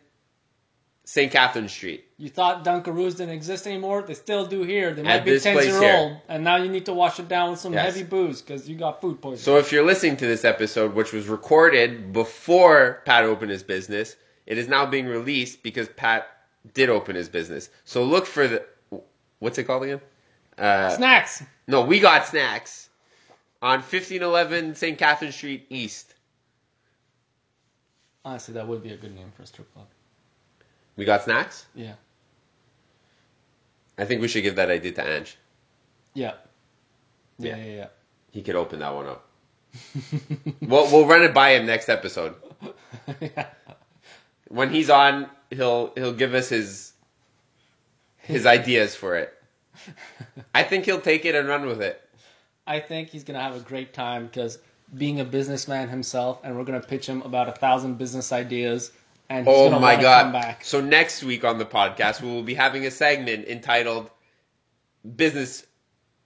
B: St. Catherine Street.
A: You thought Dunkaroos didn't exist anymore? They still do here. They
B: At
A: might be
B: this
A: 10
B: place
A: year
B: here.
A: old, and now you need to wash it down with some
B: Yes.
A: heavy booze because you got food poisoning.
B: So if you're listening to this episode, which was recorded before Pat opened his business, it is now being released because Pat did open his business. So look for the what's it called again? Uh,
A: Snacks.
B: no, we got snacks on 1511 St. Catherine Street East.
A: Honestly, that would be a good name for a strip club.
B: We got snacks.
A: Yeah.
B: I think we should give that idea to Ange.
A: Yeah. Yeah,
B: Yeah.
A: yeah, yeah.
B: He could open that one up. we'll we'll run it by him next episode
A: yeah.
B: when he's on. He'll he'll give us his his ideas for it. I think he'll take it and run with it.
A: I think he's gonna have a great time because being a businessman himself, and we're gonna pitch him about a thousand business ideas, and he's
B: Oh
A: gonna
B: my
A: wanna come
B: god.
A: back.
B: So next week on the podcast we will be having a segment entitled Business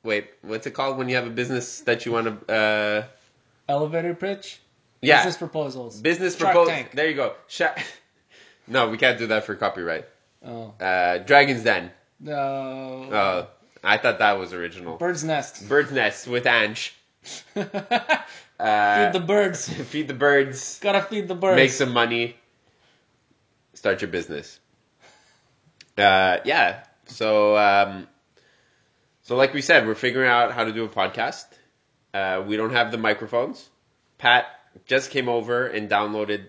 B: Wait, what's it called when you have a business that you want to uh
A: Elevator pitch,
B: yeah,
A: business
B: business,
A: proposals, Shark
B: proposal.
A: Tank.
B: There you go. Sha- no, we can't do that for copyright.
A: Oh
B: Uh Dragon's Den.
A: no,
B: Uh I thought that was original.
A: bird's nest.
B: Bird's Nest with Ange.
A: feed
B: Uh
A: the birds.
B: feed the birds,
A: Gotta feed the birds.
B: make some money, start your business. Uh yeah. So um So, like we said, we're figuring out how to do a podcast. Uh, we don't have the microphones. Pat just came over and downloaded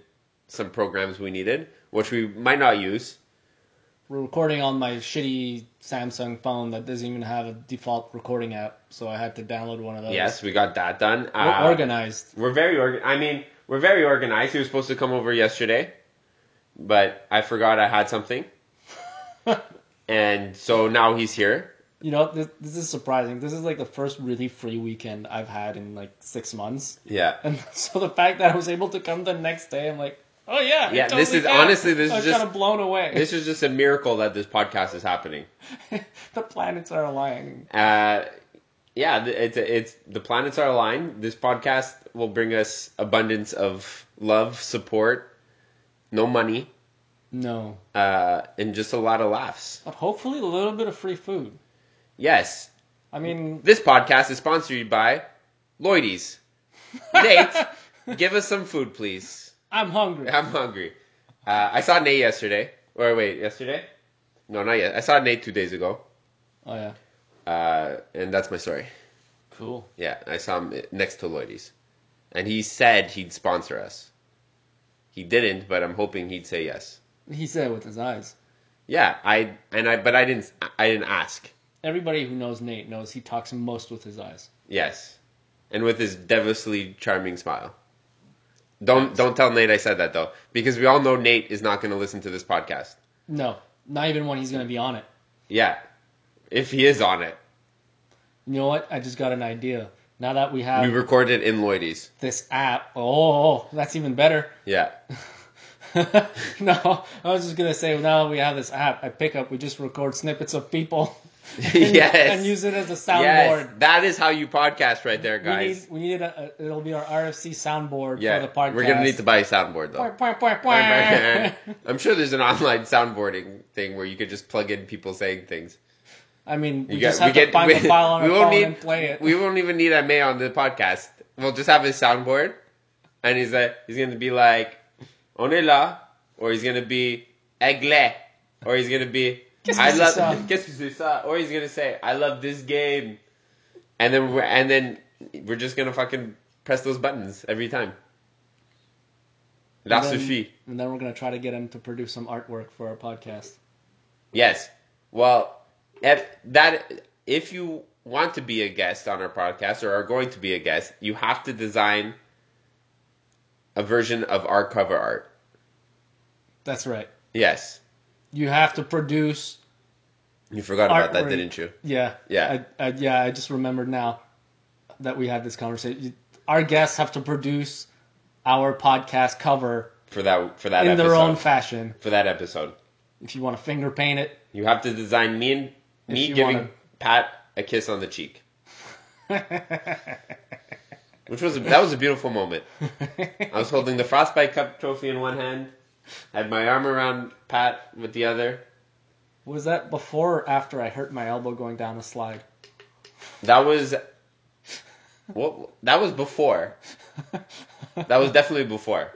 B: some programs we needed, which we might not use.
A: We're recording on my shitty Samsung phone that doesn't even have a default recording app, so I had to download one of those.
B: Yes, we got that done.
A: We're
B: Uh,
A: organized.
B: We're very organ. I mean, we're very organized. He was supposed to come over yesterday, but I forgot I had something, and so now he's here.
A: You know, this, this is surprising. This is like the first really free weekend I've had in like six months.
B: Yeah.
A: And so the fact that I was able to come the next day, I'm like, oh yeah, I
B: Yeah,
A: totally
B: this is-
A: can.
B: honestly, this
A: I was
B: is just-
A: kind of blown away.
B: This is just a miracle that this podcast is happening.
A: the planets are aligning.
B: Uh, yeah, th- it's it's the planets are aligned. This podcast will bring us abundance of love, support, no money,
A: No,
B: uh, and just a lot of laughs.
A: but hopefully a little bit of free food.
B: Yes,
A: I mean,
B: this podcast is sponsored by Lloydies. Nate, give us some food, please.
A: I'm hungry.
B: I'm hungry. Uh, I saw Nate yesterday. Or wait, yesterday? No, not yet. I saw Nate two days ago,
A: Oh yeah,
B: uh, and that's my story.
A: cool.
B: Yeah, I saw him next to Lloydie's. And he said he'd sponsor us. He didn't, but I'm hoping he'd say yes.
A: He said it with his eyes.
B: Yeah, I and I but I didn't I didn't ask.
A: Everybody who knows Nate knows he talks most with his eyes.
B: Yes. And with his devilishly charming smile. Don't don't tell Nate I said that though, because we all know Nate is not going to listen to this podcast.
A: No, not even when he's gonna be on it.
B: Yeah. If he is on it.
A: You know what? I just got an idea. Now that we have
B: We recorded in Lloydie's.
A: this app, oh, that's even better.
B: Yeah.
A: no, I was just gonna say now we have this app. I pick up. We just record snippets of people. and,
B: Yes.
A: And use it as a
B: Yes,
A: soundboard.
B: that is how you podcast right there,
A: we
B: guys.
A: need we need a, a- it'll be our RFC soundboard
B: yeah.
A: for the podcast.
B: We're going to need to buy a soundboard though.
A: Point, point, point, point.
B: I'm sure there's an online soundboarding thing where you could just plug in people saying things.
A: I mean, we
B: You
A: just
B: got-
A: have to find the file on our phone and play it.
B: We won't even need MA on the podcast. We'll just have his soundboard, and he's like, he's gonna be like, "On est là," or he's gonna be "Anglais," or he's gonna be,
A: Qu'est-ce que
B: "I
A: c'est
B: love,"
A: ça?
B: Qu'est-ce que c'est ça? or he's gonna say, "I love this game," and then we're, and then we're just gonna fucking press those buttons every time. La
A: and, then,
B: suffit.
A: and then we're gonna try to get him to produce some artwork for our podcast.
B: Yes. Well, if that if you want to be a guest on our podcast or are going to be a guest, you have to design a version of our cover art.
A: That's right.
B: Yes.
A: You have to produce.
B: You forgot about that,
A: Artwork.
B: didn't you?
A: Yeah.
B: Yeah.
A: I, I, yeah. I just remembered now that we had this conversation. You- Our guests have to produce our podcast cover
B: For that for that
A: in
B: episode.
A: their own fashion.
B: for that episode.
A: If you want to finger paint it,
B: You have to design me and me
A: you
B: giving
A: wanna-
B: Pat a kiss on the cheek. Which was a, that was a beautiful moment. I was holding the frostbite cup trophy in one hand, had my arm around Pat with the other.
A: was that before or after I hurt my elbow going down a slide?
B: That was what that was before. That was definitely before.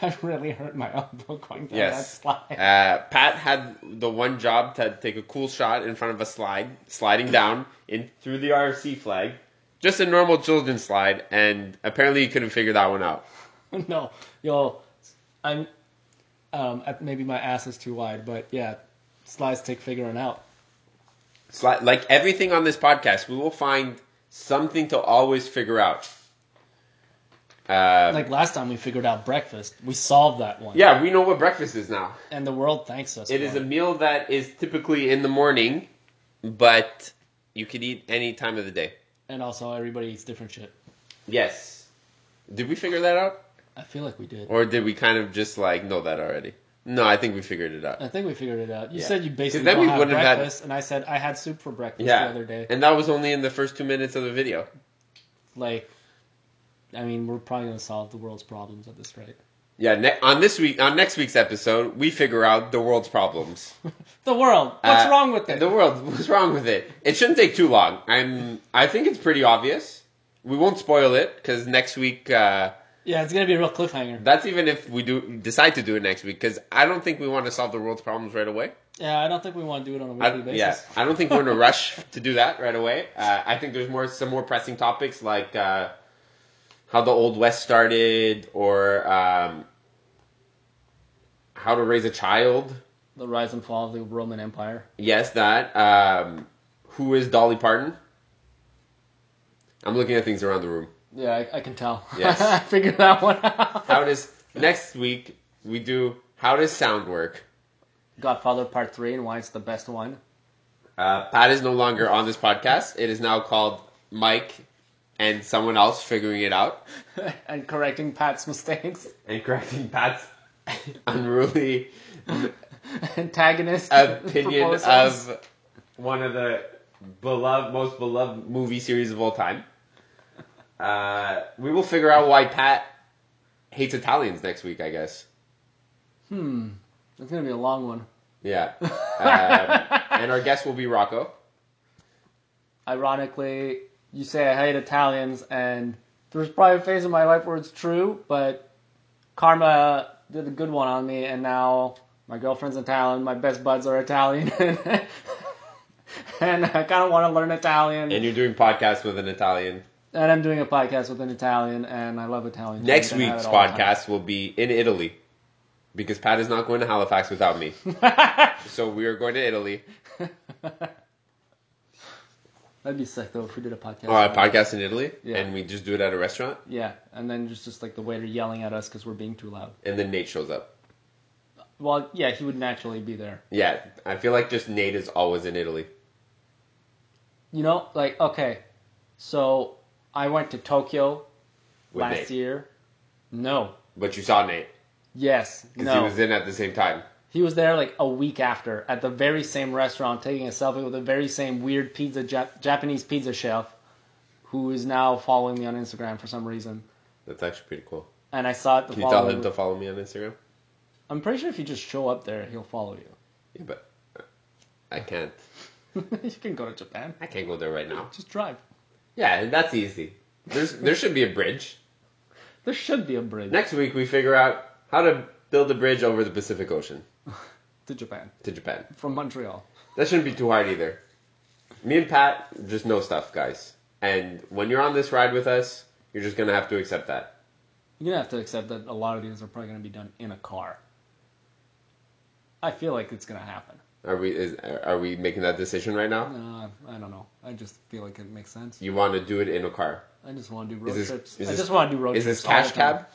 A: I really hurt my elbow going down
B: Yes.
A: that slide.
B: Uh, Pat had the one job to take a cool shot in front of a slide, sliding down in through the RFC flag, just a normal children's slide, and apparently he couldn't figure that one out.
A: no, yo, I'm. Um, I- maybe my ass is too wide, but yeah, slides take figuring out.
B: Sli- like everything on this podcast, we will find something to always figure out. Uh,
A: Like last time, we figured out breakfast. We solved that one.
B: yeah, we know what breakfast is now.
A: and the world thanks us.
B: It
A: for
B: is a meal that is typically in the morning, but you could eat any time of the day.
A: and also everybody eats different shit.
B: Yes. Did we figure that out?
A: I feel like we did.
B: Or did we kind of just like know that already? No, I think we figured it out.
A: I think we figured it out. You
B: Yeah.
A: said you basically
B: 'Cause then
A: don't
B: we
A: have
B: wouldn't have had-
A: breakfast, and I said I had soup for breakfast
B: Yeah.
A: the other day.
B: And that was only in the first two minutes of the video.
A: Like, I mean, we're probably gonna solve the world's problems at this rate.
B: Yeah, ne- on this week on next week's episode, we figure out the world's problems.
A: The world. What's
B: Uh,
A: wrong with it?
B: The world, what's wrong with it? It shouldn't take too long. I'm I think it's pretty obvious. We won't spoil it cuz next week uh
A: yeah, it's gonna be a real cliffhanger.
B: that's even if we do decide to do it next week cuz I don't think we want to solve the world's problems right away.
A: Yeah, I don't think we want to do it on a
B: I,
A: weekly basis.
B: yeah, I don't think we're in a rush to do that right away. Uh, I think there's more some more pressing topics like uh, how the Old West started, or um, how to raise a child.
A: The rise and fall of the Roman Empire.
B: Yes, that. Um, who is Dolly Parton? I'm looking at things around the room.
A: Yeah, I, I can tell.
B: Yes.
A: I figured that one out.
B: How does next week we do? How does sound work?
A: Godfather Part 3 and why it's the best one.
B: Uh, Pat is no longer on this podcast. It is now called Mike and someone else figuring it out.
A: and correcting Pat's mistakes.
B: and correcting Pat's unruly
A: Antagonist.
B: opinion
A: proposals.
B: of one of the beloved, most beloved movie series of all time. Uh, we will figure out why Pat hates Italians next week, I guess.
A: Hmm. It's going to be a long one.
B: Yeah. Um, and our guest will be Rocco.
A: Ironically, you say I hate Italians, and there's probably a phase in my life where it's true, but karma did a good one on me, and now my girlfriend's Italian, my best buds are Italian. And I kind of want to learn Italian.
B: And you're doing podcasts with an Italian.
A: And I'm doing a podcast with an Italian, and I love Italian.
B: Next
A: food, and I have
B: week's
A: it all the time.
B: podcast will be in Italy. Because Pat is not going to Halifax without me. so we are going to Italy.
A: That'd be sick though if we did a podcast.
B: Or a Uh, podcast in Italy.
A: Yeah.
B: And we just do it at a restaurant.
A: Yeah, and then just just like the waiter yelling at us because we're being too loud.
B: And then Nate shows up.
A: Well, yeah, he would naturally be there.
B: Yeah, I feel like just Nate is always in Italy.
A: You know, like okay, so I went to Tokyo
B: With
A: last
B: Nate.
A: year. No.
B: But you saw Nate
A: Yes.
B: because
A: No.
B: he was in at the same time.
A: there like a week after at the very same restaurant, taking a selfie with the very same weird pizza Jap- Japanese pizza chef, who is now following me on Instagram for some reason.
B: That's actually pretty cool.
A: And I saw it the
B: Can you tell
A: following.
B: him to follow me on Instagram?
A: I'm pretty sure if you just show up there, he'll follow you.
B: Yeah, but uh, I can't.
A: you can go to Japan.
B: I can't go there right now.
A: Just drive.
B: Yeah, that's easy. There's there should be a bridge.
A: There should be a bridge
B: Next week we figure out how to build a bridge over the Pacific Ocean
A: to Japan
B: to Japan.
A: from Montreal.
B: That shouldn't be too hard either. Me and Pat just know stuff, guys. And when you're on this ride with us, you're just gonna have to accept that.
A: You're gonna have to accept that a lot of these are probably gonna be done in a car. I feel like it's gonna happen.
B: Are we is, are we making that decision right now?
A: Uh, I don't know. I just feel like it makes sense.
B: You want to do it in a car.
A: I just want to do road
B: Is this-
A: trips.
B: is
A: I
B: this-
A: just want to do road
B: Is
A: trips.
B: this
A: all the
B: cash
A: time.
B: cab?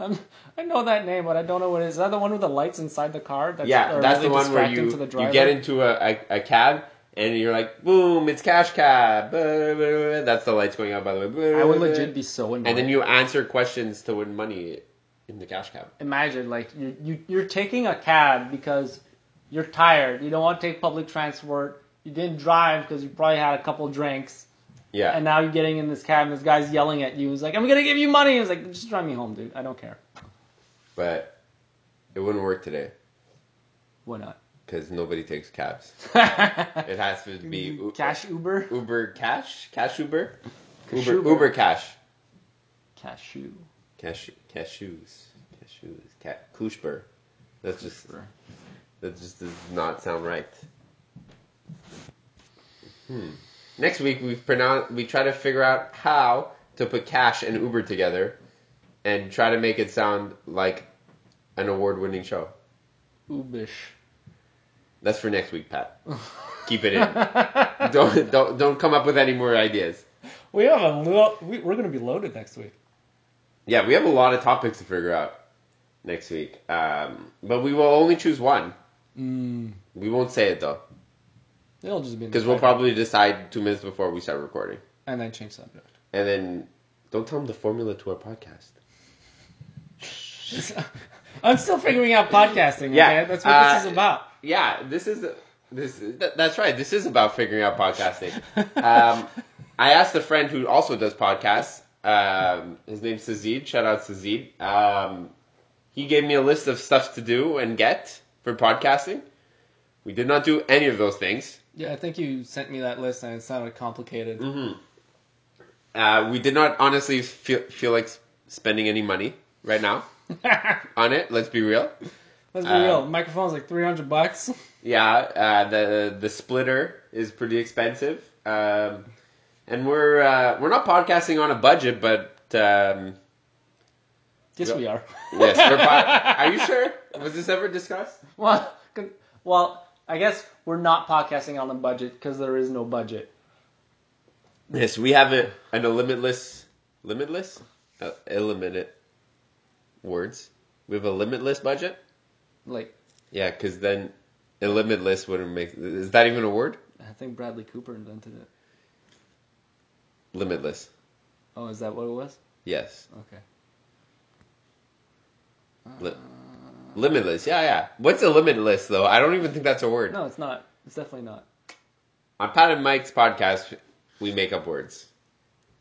A: I'm, I know that name, but I don't know what it is. Is that the one with the lights inside the car? That's,
B: yeah,
A: are
B: that's
A: really
B: the one where
A: distracting
B: you
A: to the
B: you
A: driver?
B: get into a, a, a cab and you're like, boom, it's cash cab. Blah, blah, blah, blah. That's the lights going out by the way. Blah,
A: I would
B: blah,
A: legit
B: blah.
A: be so annoyed.
B: And then you answer questions to win money in the cash cab.
A: imagine like you, you you're taking a cab because you're tired. You don't want to take public transport. You didn't drive because you probably had a couple drinks,
B: Yeah,
A: and now you're getting in this cab. and This guy's yelling at you. He's like, "I'm gonna give you money." He's like, "Just drive me home, dude. I don't care.
B: but it wouldn't work today
A: Why not?"
B: because nobody takes cabs. It has to be U-
A: cash Uber.
B: Uber Cash, Cash Uber,
A: Cash
B: Uber
A: Uber.
B: Uber Cash,
A: Cashew.
B: Cash Cashews, Cashews, Cat Kushber. That's just that just does not sound right. Hmm. Next week we pronounce we try to figure out how to put Cash and Uber together, and try to make it sound like an award-winning show.
A: Ubish.
B: That's for next week, Pat. Keep it in. don't don't don't come up with any more ideas.
A: we have a lo- we, we're gonna be loaded next week.
B: Yeah, we have a lot of topics to figure out next week. Um, but we will only choose one.
A: Mm.
B: We won't say it though,
A: It'll just be in the
B: because we'll
A: title.
B: probably decide two minutes before we start recording.
A: and then change subject.
B: And then don't tell them the formula to our podcast.
A: I'm still figuring out podcasting.
B: Yeah,
A: okay? that's what this
B: uh,
A: is about.
B: Yeah, this is this. th- That's right. This is about figuring out podcasting. um, I asked a friend who also does podcasts. Um, his name's Sazid. Shout out Sazid. Um, he gave me a list of stuff to do and get for podcasting. We did not do any of those things.
A: Yeah, I think you sent me that list and it sounded complicated.
B: Mm-hmm. Uh, we did not honestly feel feel like s- spending any money right now
A: Let's
B: on it. Let's be real.
A: be
B: Uh,
A: real. Microphone's like 300 bucks.
B: Yeah, uh, the the splitter is pretty expensive, um, and we're uh, we're not podcasting on a budget, but um,
A: Yes,
B: Yeah.
A: we are.
B: yes, we're. pod- Are you sure? Was this ever discussed?
A: well, con- well, I guess we're not podcasting on a budget because there is no budget.
B: Yes, we have a, an a limitless, limitless, uh, illimit words. We have a limitless budget.
A: Like,
B: Yeah, because then a limitless wouldn't make. Is that even a word?
A: I think Bradley Cooper invented it.
B: Limitless.
A: Oh, is that what it was?
B: Yes.
A: Okay.
B: Li- limitless. Yeah, yeah. What's a limitless though? I don't even think that's a word.
A: No, it's not. It's definitely not.
B: On Pat and Mike's podcast, we make up words.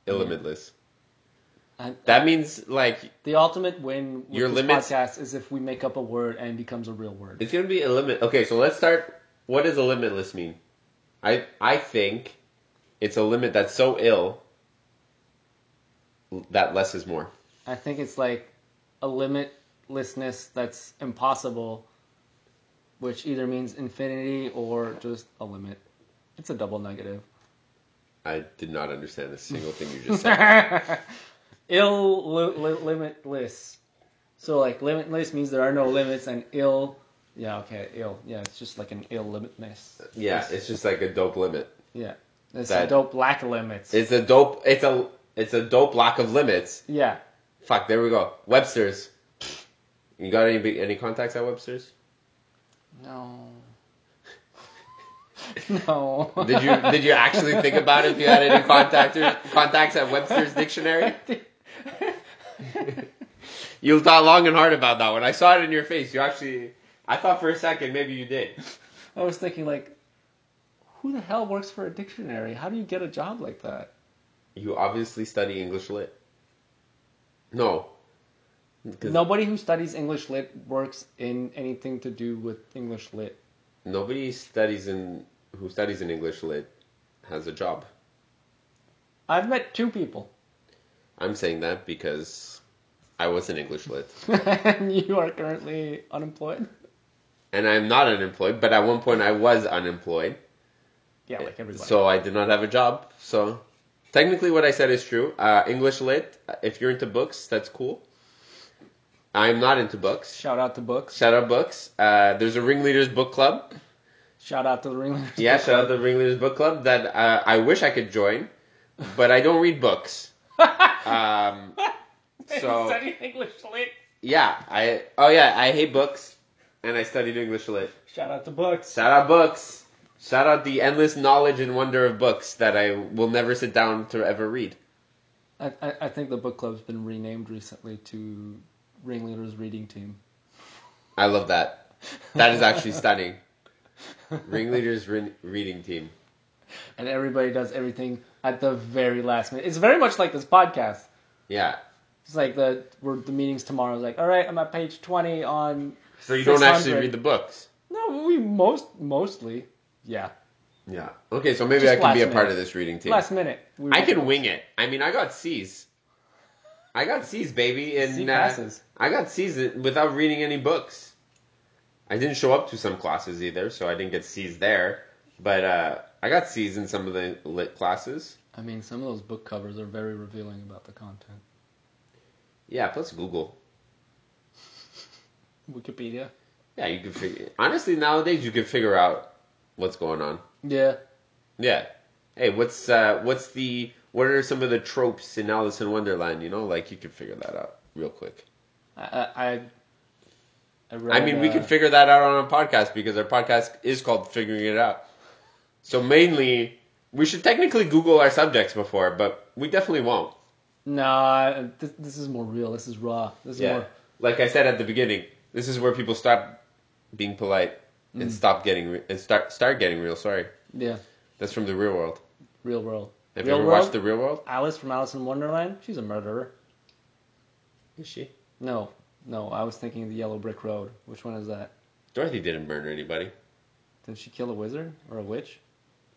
B: Illimitless.
A: And
B: That means like
A: the ultimate win with
B: Your
A: this
B: limits-
A: podcast is if we make up a word and it becomes a real word.
B: it's gonna be a limit. Okay, so let's start. What does a limitless mean? I I think it's a limit that's so ill that less is more.
A: I think it's like a limitlessness that's impossible, which either means infinity or just a limit. It's a double negative.
B: I did not understand a single thing you just said.
A: ill li- li- limitless. So like limitless means there are no limits, and ill. Yeah, okay, ill. Yeah, it's just like an ill limitness.
B: yeah, it's just like a dope limit.
A: Yeah, it's
B: That-
A: a dope lack of limits.
B: It's a dope. It's a it's a dope lack of limits.
A: yeah,
B: Fuck. There we go. Webster's. You got any big- any contacts at Webster's?
A: no. No.
B: Did you did you actually think about if you had any contactors, contacts at Webster's Dictionary? You thought long and hard about that one. I saw it in your face. You actually, I thought for a second maybe you did.
A: I was thinking like, who the hell works for a dictionary? How do you get a job like that?
B: You obviously study English lit. No. 'Cause
A: Nobody who studies English lit works in anything to do with English lit.
B: Nobody studies in who studies in English lit has a job.
A: I've met two people,
B: I'm saying that because I was in English lit,
A: and you are currently unemployed.
B: and I'm not unemployed. But at one point I was unemployed.
A: Yeah, like everybody.
B: So I did not have a job. So technically, what I said is true. Uh, English lit. If you're into books, that's cool. I'm not into books.
A: shout out to books.
B: Shout out books. Uh, there's a Ringleaders Book Club.
A: Shout out to the ringleaders.
B: Yeah, shout out the Ringleaders Book Club that uh, I wish I could join, but I don't read books. Um, So-
A: studied English lit.
B: Yeah, I oh yeah, I hate books, and I studied English lit.
A: Shout out to books.
B: Shout out books. Shout out the endless knowledge and wonder of books that I will never sit down to ever read.
A: I, I, I think the book club's been renamed recently to Ringleaders Reading Team.
B: I love that. That is actually stunning. Ringleaders re- reading team.
A: and everybody does everything at the very last minute. It's very much like this podcast.
B: Yeah.
A: It's like the we're, the meeting's tomorrow. It's like, all right, I'm at page twenty on.
B: So you don't actually
A: 600.
B: read the books.
A: No, we most mostly, yeah,
B: Yeah. Okay, so maybe
A: Just
B: I can be a
A: last
B: part
A: minute.
B: of this reading team.
A: last minute. We
B: I can wing it. I mean, I got C's. I got C's, baby. In,
A: C
B: uh,
A: passes.
B: I got C's without reading any books. I didn't show up to some classes either, so I didn't get C's there. But uh, I got C's in some of the lit classes.
A: I mean, some of those book covers are very revealing about the content.
B: Yeah, plus Google.
A: Wikipedia.
B: Yeah, you can figure. Honestly, nowadays you can figure out what's going on.
A: Yeah.
B: Yeah. Hey, what's uh, what's the what are some of the tropes in Alice in Wonderland? You know, like you can figure that out real quick.
A: I I. I, I read,
B: I mean, we
A: uh,
B: can figure that out on a podcast because our podcast is called Figuring It Out. So mainly, we should technically Google our subjects before, but we definitely won't.
A: No, I- this, this is more real. This is raw. This is more.
B: Like I said at the beginning, this is where people stop being polite and
A: Mm.
B: stop getting re- and start start getting real. Sorry,
A: Yeah.
B: that's from the real world.
A: Real world.
B: Have
A: Real
B: you ever
A: World?
B: watched the real world?
A: Alice from Alice in Wonderland. She's a murderer.
B: Is she?
A: No, no. I was thinking of the Yellow Brick Road. Which one is that?
B: Dorothy didn't murder anybody.
A: Didn't she kill a wizard or a witch?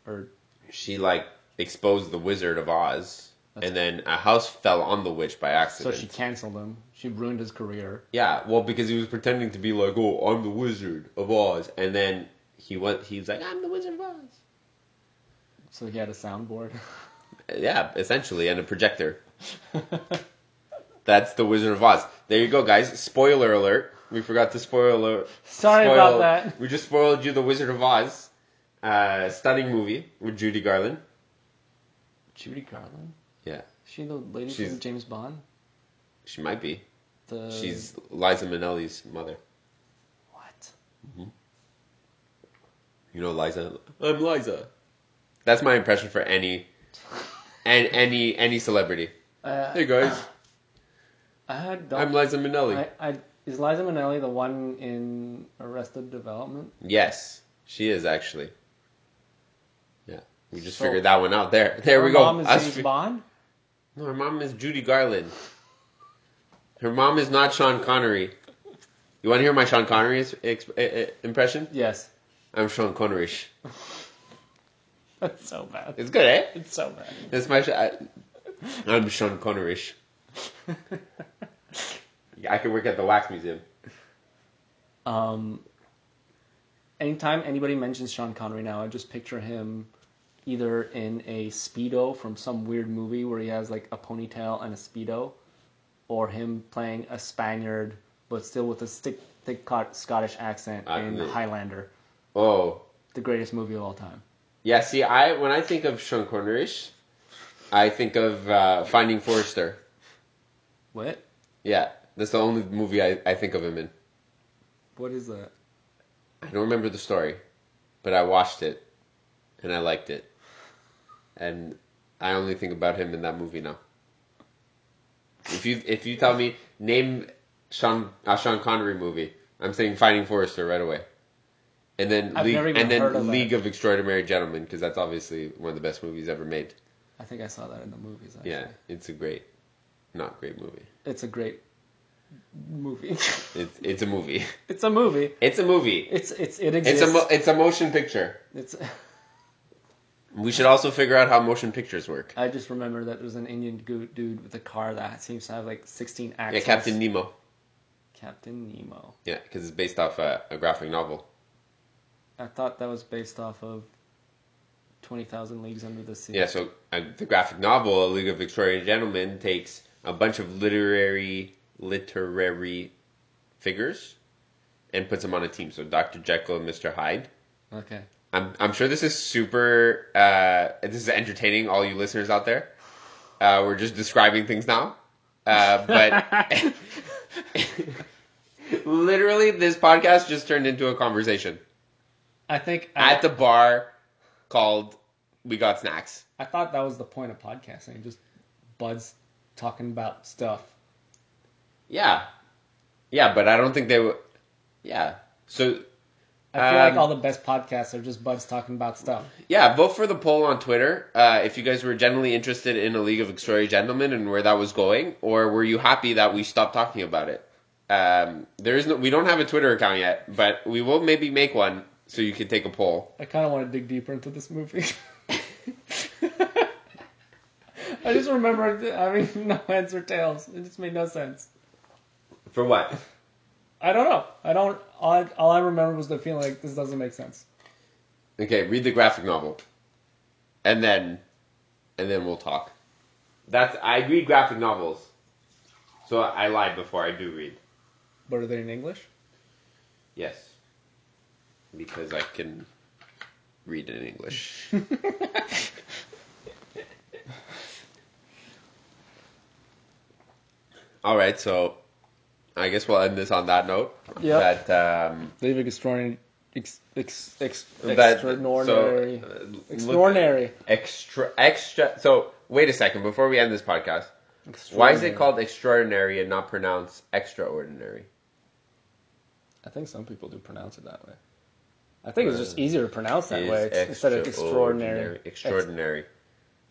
A: Or
B: She like exposed the Wizard of Oz,
A: That's-
B: and then a house fell on the witch by
A: so
B: accident.
A: she canceled him. She ruined his career.
B: Yeah, well, because he was pretending to be like, "Oh, I'm the Wizard of Oz," and then he went. He's like, "I'm the Wizard of Oz."
A: So he had a soundboard.
B: Yeah, essentially, and a projector. That's the Wizard of Oz. There you go, guys. Spoiler alert. We forgot to spoil.
A: Sorry about that.
B: We just spoiled you the Wizard of Oz. Uh, stunning movie with Judy Garland.
A: Judy Garland.
B: Yeah.
A: She the lady
B: She's-
A: from James Bond.
B: She might be.
A: The
B: She's Liza Minnelli's mother.
A: what?
B: You know Liza. I'm Liza. That's my impression for any, and any any celebrity.
A: Uh,
B: Hey guys,
A: I don't.
B: I'm Liza Minnelli.
A: I, I, is Liza Minnelli the one in Arrested Development?
B: Yes, she is actually. Yeah, we just
A: So-
B: figured that one out. There, there
A: Her
B: we go.
A: Mom is
B: Us
A: James
B: fi-
A: Bond.
B: no, her mom is Judy Garland. Her mom is not Sean Connery. You want to hear my Sean Connery ex- ex- eh, eh, impression?
A: Yes.
B: I'm Sean Connery-ish.
A: That's so bad.
B: It's good, eh?
A: It's so bad.
B: That's my. Sh- I, I'm Sean Connery-ish. Yeah, I could work at the wax museum.
A: Um, anytime anybody mentions Sean Connery now, I just picture him either in a Speedo from some weird movie where he has like a ponytail and a Speedo, or him playing a Spaniard but still with a thick, thick co- Scottish accent
B: I
A: in
B: believe-
A: Highlander,
B: Oh,
A: the greatest movie of all time.
B: yeah. See, I when I think of Sean Connery-ish, I think of uh, Finding Forrester.
A: What?
B: Yeah, that's the only movie I, I think of him in.
A: What is that?
B: I don't remember the story, but I watched it and I liked it. And I only think about him in that movie now. If you if you tell me name Sean a Sean Connery movie, I'm saying Finding Forrester right away. And then
A: I've
B: League,
A: never even
B: and then
A: heard of
B: League of Extraordinary Gentlemen because that's obviously one of the best movies ever made.
A: I think I saw that in the movies. Actually.
B: Yeah, it's a great, not great movie.
A: It's a great movie.
B: It's it's a movie.
A: it's a movie.
B: It's a movie.
A: It's it's it
B: It's
A: exists.
B: a mo- it's a motion picture.
A: it's
B: We should also figure out how motion pictures work.
A: I just remember that there's an Indian goo- dude with a car that seems to have like 16
B: Yeah,
A: actors.
B: Captain Nemo.
A: Captain Nemo.
B: Yeah, because it's based off a, a graphic novel.
A: I thought that was based off of 20,000 Leagues Under the Sea.
B: Yeah, so uh, the graphic novel, A League of Extraordinary Gentlemen, takes a bunch of literary literary figures and puts them on a team. So Dr. Jekyll and Mr. Hyde.
A: Okay.
B: I'm I'm sure this is super. Uh, this is entertaining, all you listeners out there. Uh, we're just describing things now, Uh, but literally, this podcast just turned into a conversation
A: I think I,
B: at the bar called "We Got Snacks."
A: I thought that was the point of podcasting, just buds talking about stuff.
B: Yeah, yeah, but I don't think they would. Yeah, so
A: I feel like
B: Um,
A: all the best podcasts are just buds talking about stuff.
B: Yeah, vote for the poll on Twitter uh, if you guys were generally interested in a League of Extraordinary Gentlemen and where that was going, or were you happy that we stopped talking about it? Um, there is no, we don't have a Twitter account yet, but we will maybe make one so you can take a poll.
A: I kind of want to dig deeper into this movie. I just remember having no heads or tails. It just made no sense.
B: For what?
A: I don't know. I don't. All I, all I remember was the feeling like this doesn't make sense.
B: Okay, read the graphic novel, and then, and then we'll talk. That's I read graphic novels, so I lied before I do read.
A: But are they in English?
B: Yes, because I can read in English. All right, so I guess we'll end this on that note.
A: Yeah.
B: That um,
A: Leave extraordinary. Ex, ex, ex,
B: that
A: extraordinary.
B: So, uh, look-
A: extraordinary.
B: extra extra. So wait a second before we end this podcast. Why is it called extraordinary and not pronounced extraordinary?
A: I think some people do pronounce it that way. I think it's just easier to pronounce that
B: Is
A: way ex- instead of
B: extraordinary-
A: extraordinary.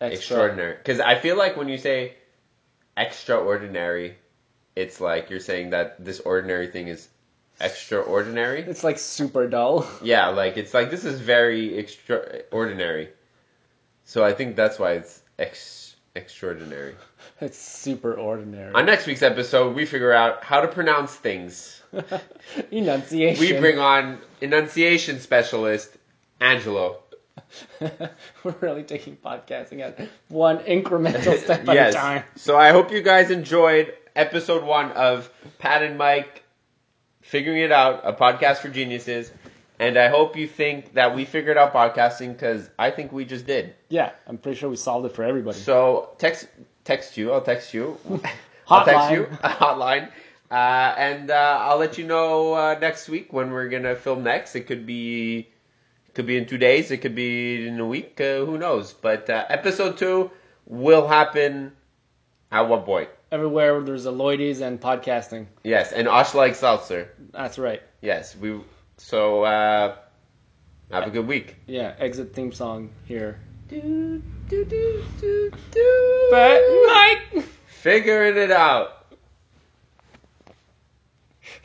A: Ex-
B: Extraordinary.
A: extra.
B: extraordinary because i feel like when you say extraordinary it's like you're saying that this ordinary thing is extraordinary
A: It's like super dull.
B: yeah like it's like this is very extraordinary so i think that's why it's ex- extraordinary
A: It's super ordinary.
B: on next week's episode we figure out how to pronounce things
A: Enunciation.
B: we bring on enunciation specialist angelo
A: We're really taking podcasting at one incremental step at a time.
B: So I hope you guys enjoyed episode one of Pat and Mike figuring it out, a podcast for geniuses. And I hope you think that we figured out podcasting because I think we just did.
A: Yeah, I'm pretty sure we solved it for everybody.
B: So text text you. I'll text you. I'll text
A: Hotline.
B: you. Hotline. Uh, and uh, I'll let you know uh, next week when we're gonna film next. It could be, could be in two days. It could be in a week. Uh, who knows? But uh, episode two will happen at one point.
A: Everywhere there's a Lloydies and podcasting.
B: Yes, and Osh like Seltzer.
A: That's right.
B: Yes, we. So uh, have a good week.
A: Yeah, exit theme song here.
B: But Mike figuring it out.